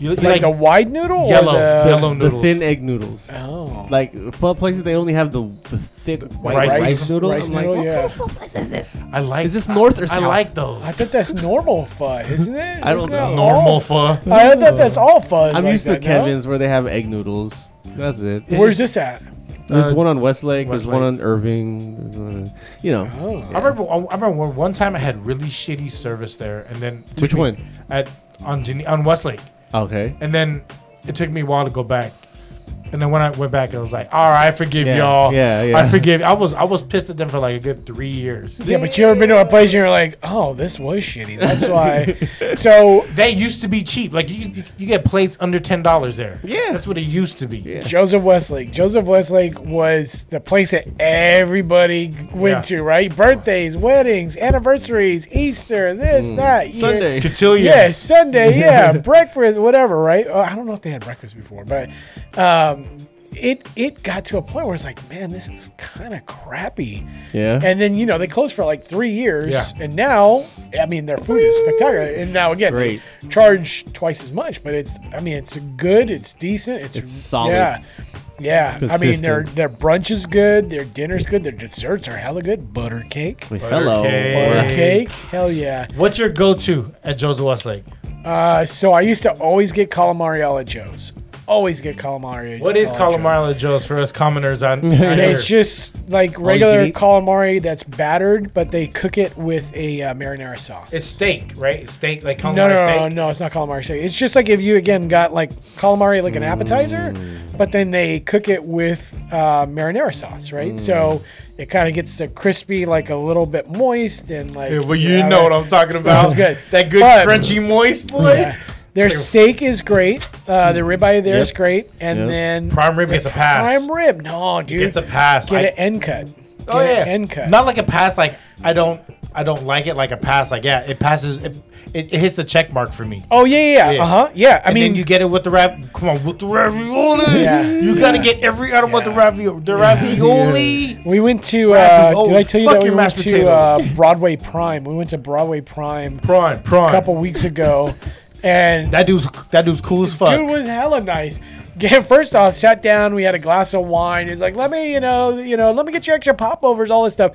You, you Like, like, the wide noodle yellow, or the yellow noodles. The thin egg noodles. Oh. Like pub places, they only have the, the thick white Rice- rice, rice- noodle. rice I'm noodle, like, yeah. what kind of place is this? I like. Is this north or I south? like those. I thought that's normal pho, isn't it? I don't Isn't know. that normal all- pho. I thought that's all pho. is I'm like used that, to no? Kevin's where they have egg noodles. That's it. Where's this at? There's Uh, one on Westlake. There's one Westlake. on Irving. There's one on, you know. Oh. I remember. I remember one, one time I had really shitty service there, and then Which one? at on Gene- on Westlake, Okay. and then it took me a while to go back. And then when I went back, I was like, "All right, I forgive Yeah, y'all. yeah, yeah. I forgive." I was I was pissed at them for like a good three years. Yeah, but you ever been to a place and you're like, oh, this was shitty. That's why. so They used to be cheap. Like you, you, you get plates under ten dollars there. Yeah. that's what it used to be. Joseph Westlake. Joseph Westlake was the place that everybody went Yeah. to, right? Birthdays, weddings, anniversaries, Easter, this, that. you- Sunday. Cotillions. Yeah, Sunday. Yeah, breakfast, whatever. Right? Uh, I don't know if they had breakfast before, but um, it it got to a point where it's like, man, this is kind of crappy. Yeah. And then you know they closed for like three years, Yeah. and now I mean their food is spectacular. And now again, Great. they charge twice as much, but it's I mean it's good, it's decent, it's, It's solid. Yeah, yeah. I mean their Consistent. their brunch is good, their dinner's good, their desserts are hella good. Butter cake, Wait, hello. Buttercake. butter Hey. cake, hell yeah. What's your go-to at Joseph Westlake? Uh, so I used to always get calamari alla Joe's. Always get calamari. at What Oh, is Alla Joe's. calamari at Joe's for us commoners on? And here? it's just like regular eat? calamari that's battered, but they cook it with a uh, marinara sauce. It's steak, right? It's steak, like calamari No, no, steak. no, no, it's not calamari steak. It's just like if you again got like calamari like an appetizer, Mm. but then they cook it with uh, marinara sauce, right? So Mm. it kind of gets the crispy, like a little bit moist and like. Yeah, well, you yeah, know like- what I'm talking about. Sounds good. That good But- crunchy moist boy. yeah. Their steak is great. Uh, the ribeye there is Yep. great, and Yep. then Mm. Prime rib gets a pass. prime rib. No, dude, gets a pass. Get I- an end cut. oh Get yeah, an end cut. Not like a pass. Like I don't, I don't like it. Like a pass. Like yeah, it passes. It, it, it hits the check mark for me. oh yeah, yeah, Yeah. yeah. uh huh, yeah. I I mean, mean, then you get it with the rap. Come on, with the ravioli. Yeah. You gotta get every item with the Yeah. ravioli. The ravioli. We went to. Rapid- Uh, oh, did I tell you fuck that we your went mashed to uh, Broadway Prime? We went to Broadway Prime Prawn, prawn. a couple weeks ago, And That dude's that dude's cool as fuck. Dude was hella nice. Yeah, First off, sat down. We had a glass of wine. He's like, "Let me, you know, you know, let me get you extra popovers, all this stuff."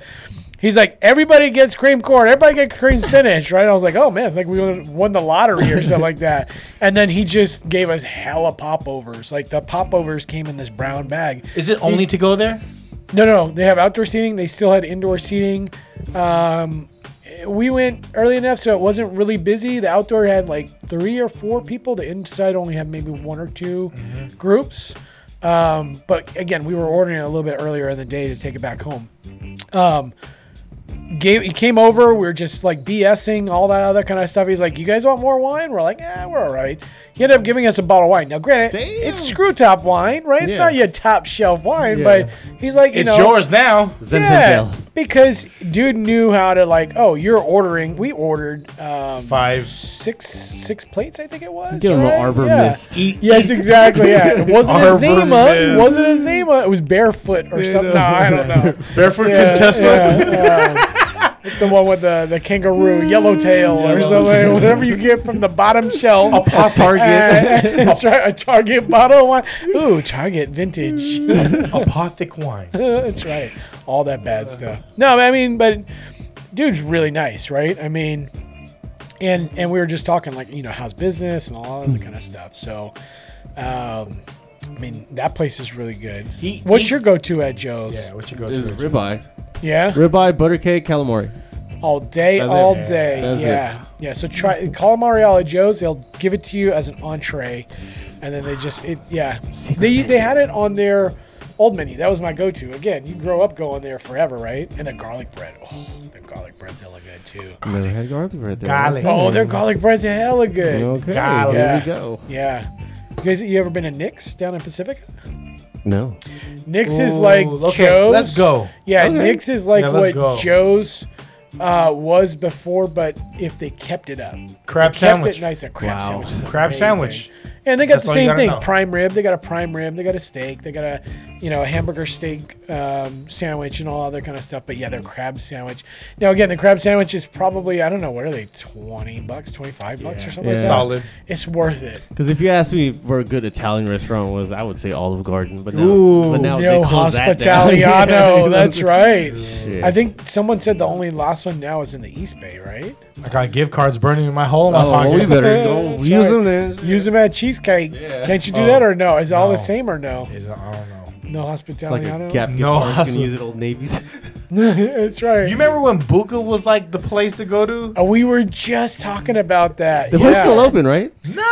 He's like, "Everybody gets cream corn. Everybody gets cream spinach, right?" I was like, "Oh man, it's like we won won the lottery or something like that." And then he just gave us hella popovers. Like the popovers came in this brown bag. Is it only to go there? No, no, no. They have outdoor seating. They still had indoor seating. Um, we went early enough so it wasn't really busy. The outdoor had like three or four people. The inside only had maybe one or 2 Mm-hmm. groups. Um, but again, we were ordering it a little bit earlier in the day to take it back home. Um, gave, he came over. We were just like BSing, all that other kind of stuff. He's like, "You guys want more wine?" We're like, "Yeah, we're all right." He ended up giving us a bottle of wine. Now, granted, Damn. it's screw top wine, right? It's Yeah. not your top shelf wine, Yeah. but he's like, you It's know, yours now. Yeah, because dude knew how to like. Oh, you're ordering. We ordered um, Five. six six plates, I think it was. Give him an right? arbor yeah. mist. Eat. Yes, exactly. Yeah, it wasn't a Arbor Zima. It mist. wasn't a Zima. It was barefoot or something. No, I don't know. Barefoot Yeah, Contessa. yeah, yeah. It's the one with the, the kangaroo yellow tail or Yellow something. Whatever you get from the bottom shelf. Pop Target. Uh, that's right. A Target bottle of wine. Ooh, Target vintage. Apothic wine. That's right. All that bad stuff. No, I mean, but dude's really nice, right? I mean, and and we were just talking like you know how's business and all that kind of stuff. So, um, I mean that place is really good. He- What's he- your go-to at Joe's? Yeah, what you go This is to? Richard? ribeye. Yeah? Ribeye, butter cake, calamari. all day, That's it. all Yeah, day. that's it. yeah, yeah. So try calamari all at Joe's. They'll give it to you as an entree, and then they just it. Yeah, they they had it on their old menu. That was my go-to. Again, you grow up going there forever, right? And the garlic bread. Oh, their garlic bread's hella good too. Never had garlic bread there. Garlic. Oh, their garlic bread's hella good. Okay. Garlic. Here Yeah. we go. Yeah. You guys, you ever been to Nick's down in Pacifica? No. Nick's is like Ooh, okay, Joe's. let's go. Yeah, Okay. Nick's is like Yeah, what let's go. Joe's uh, was before, but if they kept it up. Crab sandwich. sandwich. nice. A crab Wow. sandwich. is Crab amazing. sandwich. And they got That's the all you same gotta thing: know. prime rib. They got a prime rib. They got a steak. They got a, you know, a hamburger steak um, sandwich and all other kind of stuff. But yeah, their crab sandwich. Now again, the crab sandwich is probably I don't know what are they twenty bucks, twenty five bucks or something. Yeah. Like that. Solid. It's worth it. Because if you asked me where a good Italian restaurant was, I would say Olive Garden. But now, Ooh. but now No they closed that down. hospitaliano. that's right. Shit. I think someone said the only last one now is in the East Bay, right? I got gift cards burning in my hole in my Oh, well, pocket. we better go That's use right. them then. Use them at cheesecake. Can't you do Oh, that or no? Is it all the no. same or no? Is- I don't know. No It's like a hospitaliano. gap. No No, you can hustle. use it old navies. that's right. You remember when Buka was like the place to go to? Uh, We were just talking about that. The place yeah. still open, right? Nah.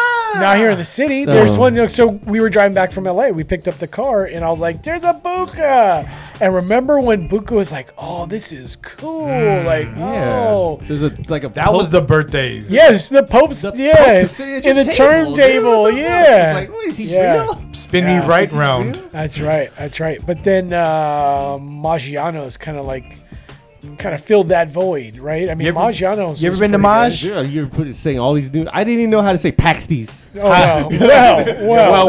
Now here in the city, there's Oh. one. you know, So we were driving back from LA. We picked up the car, and I was like, "There's a Buka." And remember when Buka was like, "Oh, this is cool!" like, oh, There's a like a that was the birthdays. yes, the Pope's, yeah, Pope is sitting at in your the dude. turntable, What the fuck? yeah. It's like, what is he Yeah. real? Spin Yeah. me right round. That's right. That's right. But then uh, Maggiano's kind of like kind of filled that void, right? I mean, You ever- Maggiano's. you ever was been to pretty Maj? Yeah, you're putting saying all these new. I didn't even know how to say pasties. good. Oh, wow. well, well. Well,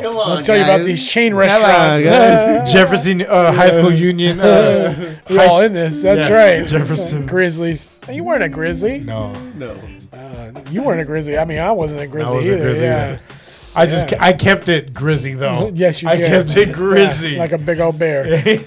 well. on, I'll tell you about these chain restaurants. guys. Jefferson uh, High School Union. Uh, We're all in this. That's Yeah, right. Jefferson. Grizzlies. You weren't a Grizzly. no, No. Uh, you weren't a Grizzly. I mean, I wasn't a Grizzly wasn't a either. Grizzly yeah. either. I just I kept it grizzy though. Yes, you I did. kept it Yeah, grizzy. like a big old bear. Brrr.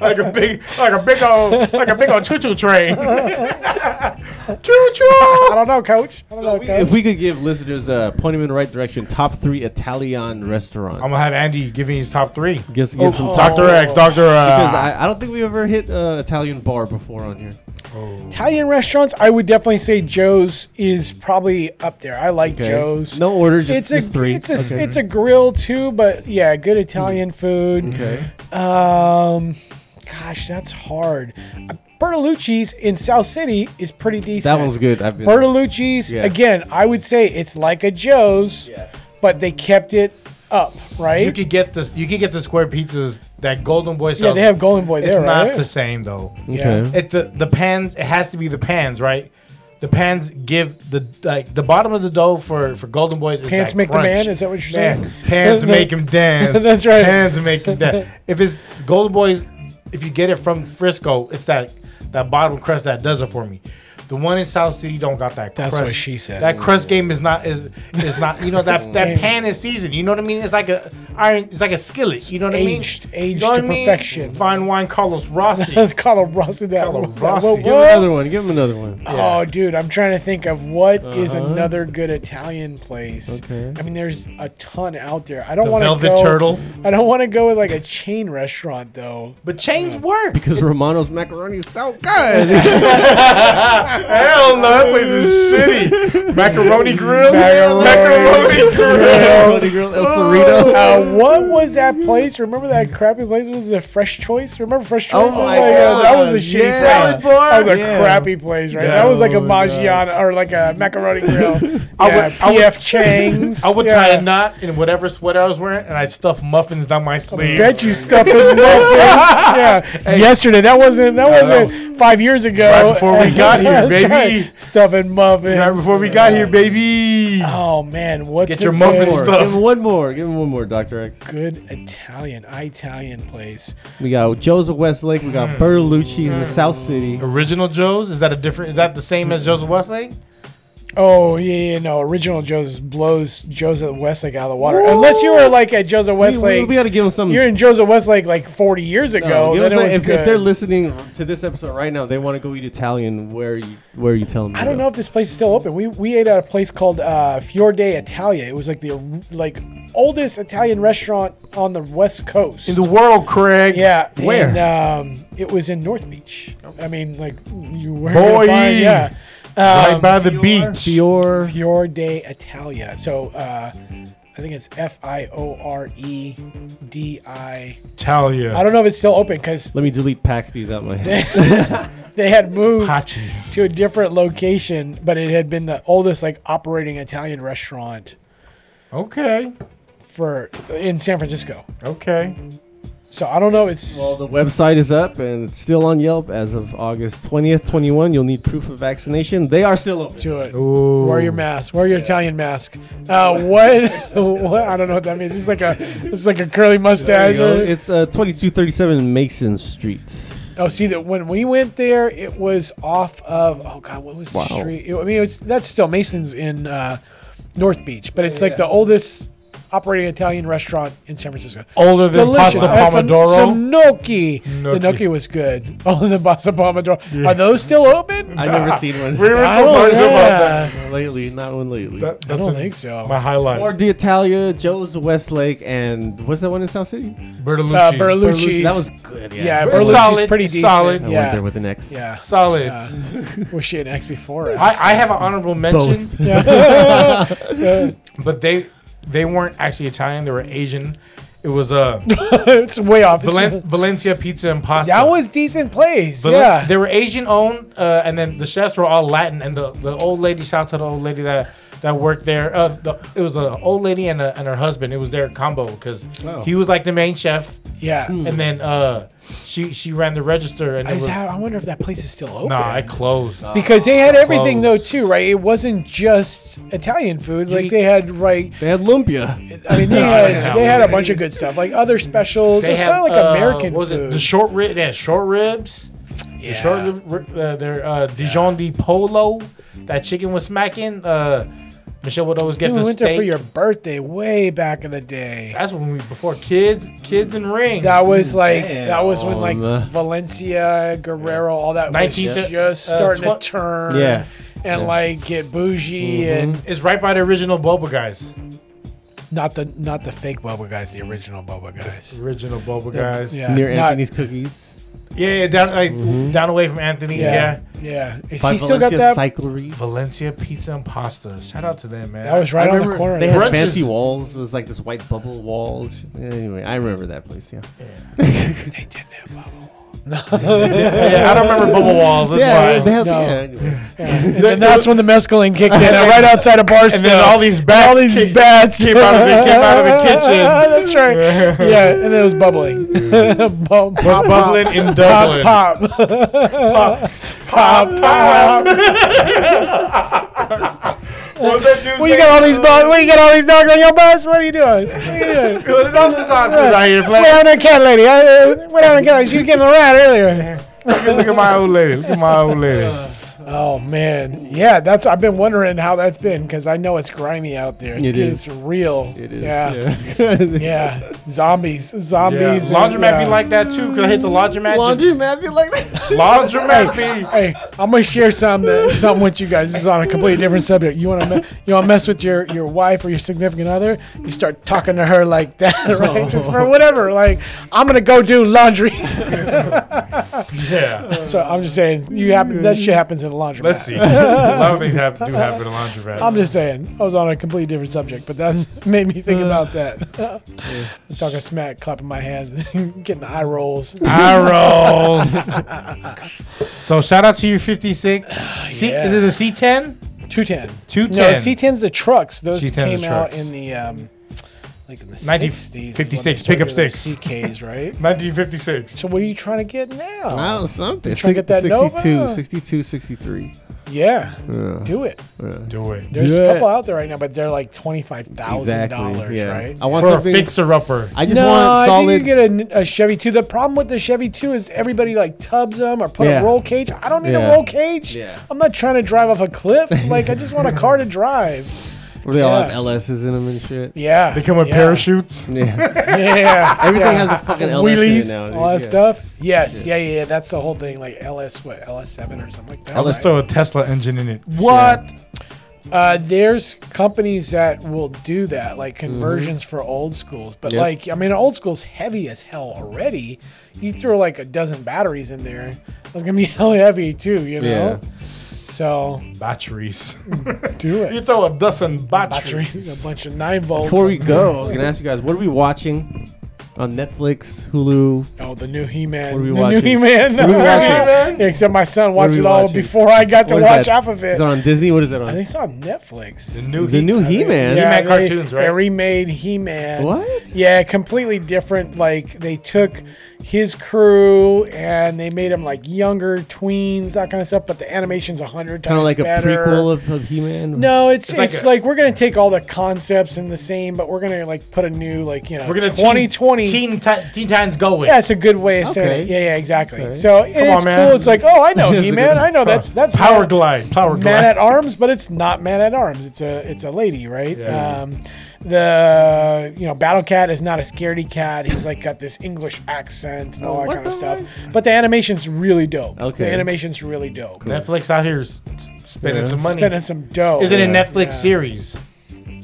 like a big, like a big old, like a big old choo-choo train. I choo-choo. don't know, Coach. I don't know, Coach. If we could give listeners a point them in the right direction, top three Italian restaurants. Oh I'm gonna have Andy giving his top three. Oh. Guess give some top Doctor X, Doctor. because Uh, I, I don't think we ever hit uh, Italian bar before on here. Italian restaurants, I would definitely say Joe's is probably up there. I like Joe's. No order, just, it's just a three. it's a it's a grill too, but yeah, good Italian food. okay. Um, gosh, that's hard. Uh, Bertolucci's in South City is pretty decent. That one's good. I've been Bertolucci's Yeah. again. I would say it's like a Joe's, but they kept it up, right? you could get this. You could get the square pizzas that Golden Boy sells. yeah, they have Golden Boy It's there, not right? the same though. Yeah. It the the pans. It has to be the pans, right? The pans give the like the bottom of the dough for for Golden Boys. Is Pants that make the crunch. man. Is that what you're saying? Man, pans The- the- make him dance. That's right. Pans make him dance. If it's Golden Boys, if you get it from Frisco, it's that that bottom crust that does it for me. The one in South City don't got that. That's crust. what she said. That crust game is not is is not. You know that that pan is seasoned. You know what I mean? It's like a iron. It's like a skillet. You know what Aged- I mean? aged You know what to I mean? perfection. Fine wine, Carlos Rossi. Let's call him Rossi. That Call him that- Rossi. what- Give Give him what? another one. Give him another one. Yeah. Oh, dude, I'm trying to think of what is another good Italian place. Uh-huh. Okay. I mean, there's a ton out there. I don't The want to Velvet go. Turtle. I don't want to go with like a chain restaurant though. But chains work. Because Romano's macaroni is so good. Hell no, that place is shitty. Macaroni grill. Macaroni. Macaroni grill. Macaroni grill, El Cerrito. Uh, what was that place? Remember that crappy place? Was it Fresh Choice? Remember Fresh Choice? Oh It was like, my uh, that God, was a shitty yeah. place. Salad bar? That was a Yeah. crappy place, right? Yeah. That was like a Oh my God. Maggiano or like a macaroni grill. yeah, I would- I would- PF Chang's. I would yeah. tie a knot in whatever sweater I was wearing, and I'd stuff muffins down my sleeve. Bet you stuffed in muffins. yeah, yesterday that wasn't that that wasn't five years ago. Right before we got here, That's baby. Stuffing muffins. Right before we got here, baby. Oh man, what's Get your a muffin good, More. stuff. Give him one more. Give him one more, Doctor X. good Italian Italian place? We got Joseph Westlake. We Mm. got Bertolucci's in the South City. Original Joe's is that a different? Is that the same as Joseph Westlake? Oh yeah, yeah, no. Original Joe's blows Joseph Westlake out of the water. Unless you were like at Joseph We, we, Westlake, got to give him some. you're in Joseph Westlake like 40 years ago. No, give then him it some- was if, good. if they're listening to this episode right now, they want to go eat Italian. Where are you? Where are you telling me? I don't know if this place is still open. We we ate at a place called uh, Fiorde Italia. It was like the like oldest Italian restaurant on the West Coast. In the world, Craig. yeah, Where? And, um, it was in North Beach. I mean, like you were Boy. yeah. right Um, by the Fior- beach. Fior. Fiorde Italia. So uh, I think it's F I O R E D I. Italia. I don't know if it's still open because Let me delete Paxty's out my head. they had moved Paches. to a different location, but it had been the oldest like operating Italian restaurant Okay. for in San Francisco. Okay. So I don't know. if It's well, the website is up and it's still on Yelp as of August twentieth, twenty one. You'll need proof of vaccination. They are still open. to it. Ooh. Wear your mask. Wear your Italian mask. Uh, what? what? I don't know what that means. It's like a it's like a curly There you mustache. go. It's uh, twenty two thirty seven Mason Street. Oh, see that when we went there, it was off of oh god, what was Wow. the street? It- I mean, it's that's still Mason's in uh, North Beach, but it's like the oldest operating Italian restaurant in San Francisco. Older than Delicious. I had pasta some, pomodoro. some gnocchi. The Gnocchi. gnocchi was good. Oh, the pasta pomodoro. Are those still open? I've never seen one. we were I so don't, talking about that. yeah. lately, not one lately. That- I that's a- don't think so. My highlight. or the Italia, Joe's Westlake, and what's that one in South City? Bertolucci. Uh, Bertolucci's. That was good. Yeah, yeah, It's Bertolucci's solid. pretty It's decent. solid. I I went Yeah, there with an X. yeah. solid. Uh, was she an ex before? us? I, I have an honorable mention. but they they weren't actually Italian. They were Asian. It was uh, it's way off. It's- Valen- Valencia Pizza and Pasta. that was decent place. Valen- yeah. They were Asian owned, uh, and then the chefs were all Latin. And the, the old lady, shout out to the old lady that, that worked there. Uh, the, it was an old lady and, a, and her husband. It was their combo because Oh. Wow. he was like the main chef, Yeah. and then uh, she she ran the register. And it I, was, just- I wonder if Mm-hmm. that place is still open. nah, it closed. because they had everything though closed. too, right? It wasn't just Italian food. Like they had right. They had lumpia. I mean, they yeah. had they had a bunch of good stuff, like other specials. They It's have, kind of like uh, American what was food. it the short rib? They had short ribs. The short Yeah. rib, uh, their uh, Dijon di Polo. That chicken was smacking. Uh, Michelle would always get Dude, the we went steak. there for your birthday way back in the day. That's when we before kids, kids and rings. That was like that was when like Damn. Valencia, Guerrero, all that was 19th, just uh, starting twen- Mm-hmm. to turn. Yeah. And Yeah. like get bougie and it's right by the original Boba guys. not the not the fake boba guys, the original boba guys. Original Boba guys. Yeah, Near not- Anthony's Cookies. yeah, yeah, down like down away from Anthony's. Yeah. Yeah. Yeah. Is By he still got Valencia that? Cyclery. Valencia Pizza and Pasta. Shout out to them, man. That was right on the corner. They had Brunches. fancy walls. It was like this white bubble walls. Anyway, I remember that place. Yeah. They didn't have bubble. yeah, I don't remember Bubble Walls. That's why. they had- No. yeah, anyway. And then that's when the mescaline kicked in, uh, right outside of Barstow. and then all these bats, all these came, bats came out of the came out of the kitchen. that's right. Yeah, and then it was bubbling. Bum- pop, Bubbling and pop, doubling. pop, pop, pop, pop. What's that dude's Well, you name? got all these dogs. Well, you got all these dogs on your bus. What are you doing? What are you doing? Good, and all this nonsense out here. What Flat- happened to that cat lady? I, uh, what happened to that cat lady? She was getting a ride earlier. Look at my old lady. Look at my old lady. Oh man, yeah. That's I've been wondering how that's been because I know it's grimy out there. It's, It it's is. real. It is. Yeah. yeah. Yeah. Zombies. Zombies. and- Laundromat yeah. be like that too. Could I hit the laundromat. Laundry map, you like Just laundromat be. Hey, I'm gonna share some that something with you guys. This is on a completely different subject. You wanna me- you wanna mess with your your wife or your significant other? You start talking to her like that, right? Just for whatever. Like I'm gonna go do laundry. Yeah. so I'm just saying, you happen that shit happens in a laundromat. Let's see. A lot of things have, do happen in laundromat. I'm just saying, I was on a completely different subject, but that's made me Uh. think about that. I was talking smack, clapping my hands, getting the eye rolls. I roll. so shout out to your 56. C, yeah. Is it a C10? 210. 210. No, C10's the trucks. Those C10's the came out trucks. in the um, like in the 90 56 60s. when they pickup started sticks. the CKs, right? 1956. So what are you trying to get now? Wow, something. trying to get that 62, Nova? 62, 63. Yeah, Yeah. do it. Do it. There's Do a it. couple out there right now, but they're like twenty five thousand dollars, right? I want For a something. fixer upper. I just no, want I solid. think you get a, a Chevy 2. The problem with the Chevy 2 is everybody like tubs them or put Yeah. a roll cage. I don't need Yeah. a roll cage. Yeah. I'm not trying to drive off a cliff. Like I just want a car to drive. where they all yeah. have LSs in them and shit. Yeah. They come with yeah. parachutes. Yeah. Yeah. Everything yeah. has a fucking LS wheelies, in it now. dude. all that Yeah. stuff. Yes, yeah. yeah, yeah, That's the whole thing. Like LS, what LS7 or something like that. I'll just throw Right. a Tesla engine in it. What? Uh, there's companies that will do that, like conversions for old schools. But Mm-hmm. Yep. like, I mean, old school's heavy as hell already. You throw like a dozen batteries in there, that's gonna be hell heavy too, you know. Yeah. So Batteries. do you it. throw a dozen Batteries, batteries. a bunch of nine volts. Before we go, I was gonna ask you guys, what are we watching on Netflix, Hulu? oh, the new He-Man. are we the watching? new He-Man. What are we watching? Yeah, Except my son are watched we it all watching? before I got to What is watch that? half of Is it. it on Disney? What is it on? I think it's on Netflix. The new, the heat. new He-Man. He-Man they- cartoons, They right? remade He-Man. What? Yeah, completely different. Like they took his crew and they made them like younger tweens, that kind of stuff. But the animation's a hundred times Kind of like a better. prequel of, of He-Man. no, it's it's, like a- like, we're gonna take all the concepts and the same, but we're gonna like put a new like you know We're gonna teen- 2020 Teen, Ti- teen Titans Go with. yeah, it's a good way of saying it. Okay. Yeah, yeah, exactly. So and on, it's man. cool. It's like, oh, I know That's a He Man. good- I know that's that's Power not- glide. Power glide. man at arms, but it's not man at arms. It's a it's a lady, right? Yeah. Um, the you know battle cat is not a scaredy cat. He's like got this English accent Oh, and all that what kind of the stuff. fuck? But the animation's really dope. Okay. the animation's really dope. Netflix out here is s- spending Yeah. some money. Spending some dough. Isn't it Yeah. Netflix series?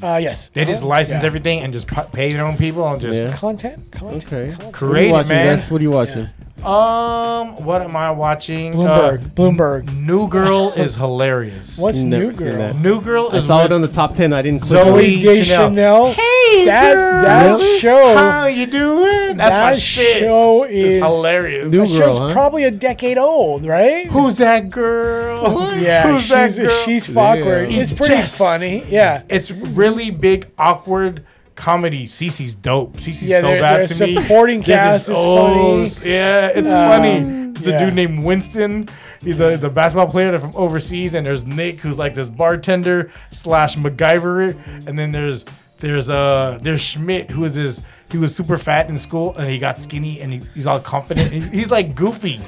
Uh, yes. They just license Yeah. everything and just pu- pay their own people and just Yeah. content. Content. Okay. content. What are you create it, watching, man. guys? What are you watching? Um, what am I watching? Bloomberg. Uh, Bloomberg. New Girl is hilarious. What's Never new seen girl? that. New Girl I is saw lit- it on the top ten. I didn't click. on it. Zoe Zoe Deschanel. Hey, that girl. that Really? show. How you doing? That's that my shit. show is. It's hilarious. New That Girl, show's huh? probably a decade old, right? Who's that girl? Yeah, Who's that she's girl? she's Yeah. awkward. It's It's pretty Jess. funny. Yeah. It's really big, awkward comedy. Cece's dope. Cece's Yeah, so their- bad their to me. supporting There's cast this is old- Yeah, it's funny. The yeah. dude named Winston. He's a, the basketball player that from overseas, and there's Nick, who's like this bartender slash MacGyver, and then there's there's uh there's Schmidt, who is this. He was super fat in school, and he got skinny, and he, he's all confident. He's, he's like goofy.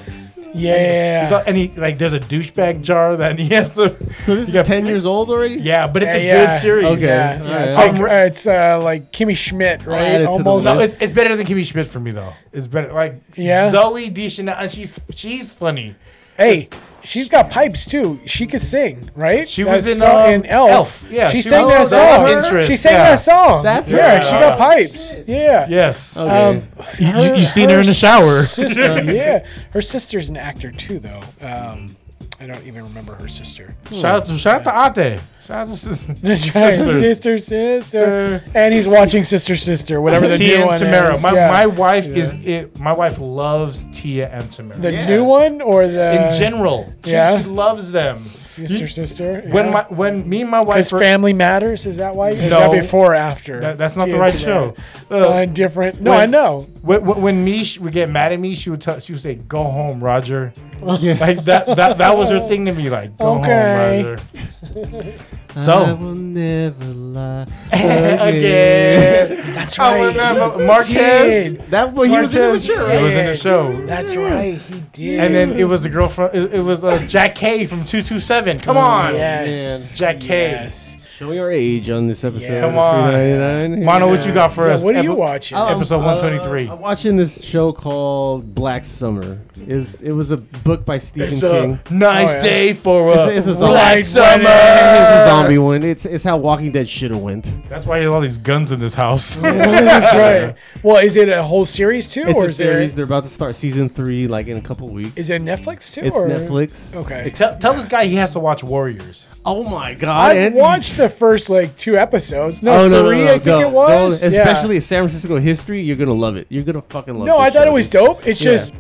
Yeah. He's all, and he like there's a douchebag jar that he has to. So this you is got- ten years old already. Yeah, but it's Yeah, a yeah. good series. Okay. yeah, All yeah, right. It's I'm like re- uh, it's uh, like Kimmy Schmidt, add right? it to the Almost. No, list. it's, it's better than Kimmy Schmidt for me though. It's better like Yeah? Zoe Deschanel, and she's she's funny. hey, she's got pipes too. She could sing, right? She That was in, song- um, Elf. Elf. Yeah, she, she sang was- that that was song. her interest, She sang yeah. that song. That's yeah. right. She got pipes. Yeah. Yes, Okay. Um, you, Her- you seen her in the shower. sister- yeah, her sister's an actor too, though. Um, I don't even remember her sister. shout out to shout out to Ate. Shout out to sister, sister, sister, sister, and he's watching sister, sister, whatever the Tia new and one Tamara. is. My, yeah. my wife is it. My wife loves Tia and Tamara. the Yeah. new one or the in general, she, yeah. she loves them. sister, sister. When my when me and my wife because were- Family Matters is that why? Is No. that before or after? that, that's not Tia the and right show. Tamara? It's Uh, not different. No, when- I know. When, when- when Mish would get mad at me, she would tell, she would say, "Go home, Roger." Like that, that that was her thing to me. Like, go Okay. home, Roger. So will never lie again, That's I will never- Marquez. did. That boy, he was in Marquez the chair, was right? in the show. That's right. He did. And then it was the girl from it, it was uh, Jack K from Two Two Seven. Come on, yes, Jack K. Yes. Show your age on this episode. Yeah. Come of on. 399. Mono, what you got for Yeah, us? what are you Epi- watching? Oh, Episode uh, 123. I'm watching this show called Black Summer. It was, it was a book by Stephen It's King. a nice Oh, yeah. day for It's a, a- it's a zombie. black It's summer. It's a zombie one. It's it's how Walking Dead should have went. That's why there's all these guns in this house. That's right. Well, is it a whole series too, It's or a is series. it? They're about to start season three, like in a couple weeks. Is it Netflix too? It's or? Netflix. Okay. It's- tell, tell this guy he has to watch Warriors. oh my god! I've watched the first like two episodes. No, Oh no, no, three. no, I think go, it was. go. Yeah. especially San Francisco history. You're gonna love it. You're gonna fucking love. No, this I thought show, it was dude. dope. It's Yeah. just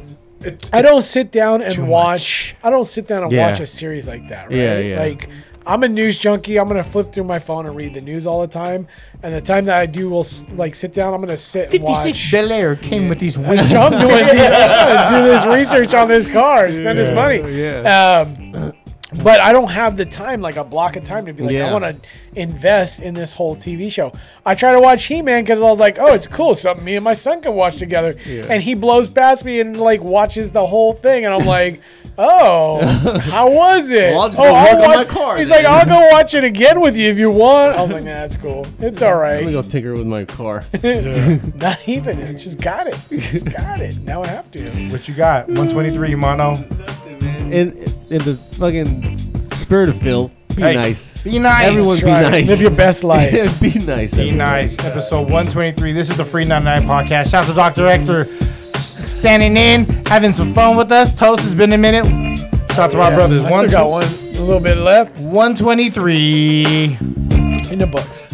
I don't sit down and watch. I don't sit down and Yeah. watch a series like that. Right? Yeah, yeah. Like I'm a news junkie. I'm gonna flip through my phone and read the news all the time. And the time that I do, will s- like sit down. I'm gonna sit and watch. Bel Air came with these So windshields. I'm doing the, I'm gonna do this research on this car, spend this Yeah. money. Yeah. Um, but I don't have the time, like a block of time to be like, I Yeah. want to invest in this whole TV show. I try to watch He Man because I was like, oh, it's cool, something me and my son can watch together. Yeah. And he blows past me and like watches the whole thing, and I'm like, oh, how was it? Well, I'll just oh, go work on my car He's then." like, I'll go watch it again with you if you want. I'm like, nah, that's cool. It's all I'm right. gonna go tinker with my car. Not even. It just got it. Just got it. Now I have to. What you got? 123, Mono. in in the fucking spirit of Phil, be Hey, nice. Be nice. Everyone, be Try it. nice. Live your best life. be nice. Be nice. Episode 123. This is the Free 99 podcast. Shout out to Dr. Hector s- standing in, having some fun with us. Toast has been a minute. Shout out to my Oh, Yeah, brothers. I still got one, a little bit left 123. in the books.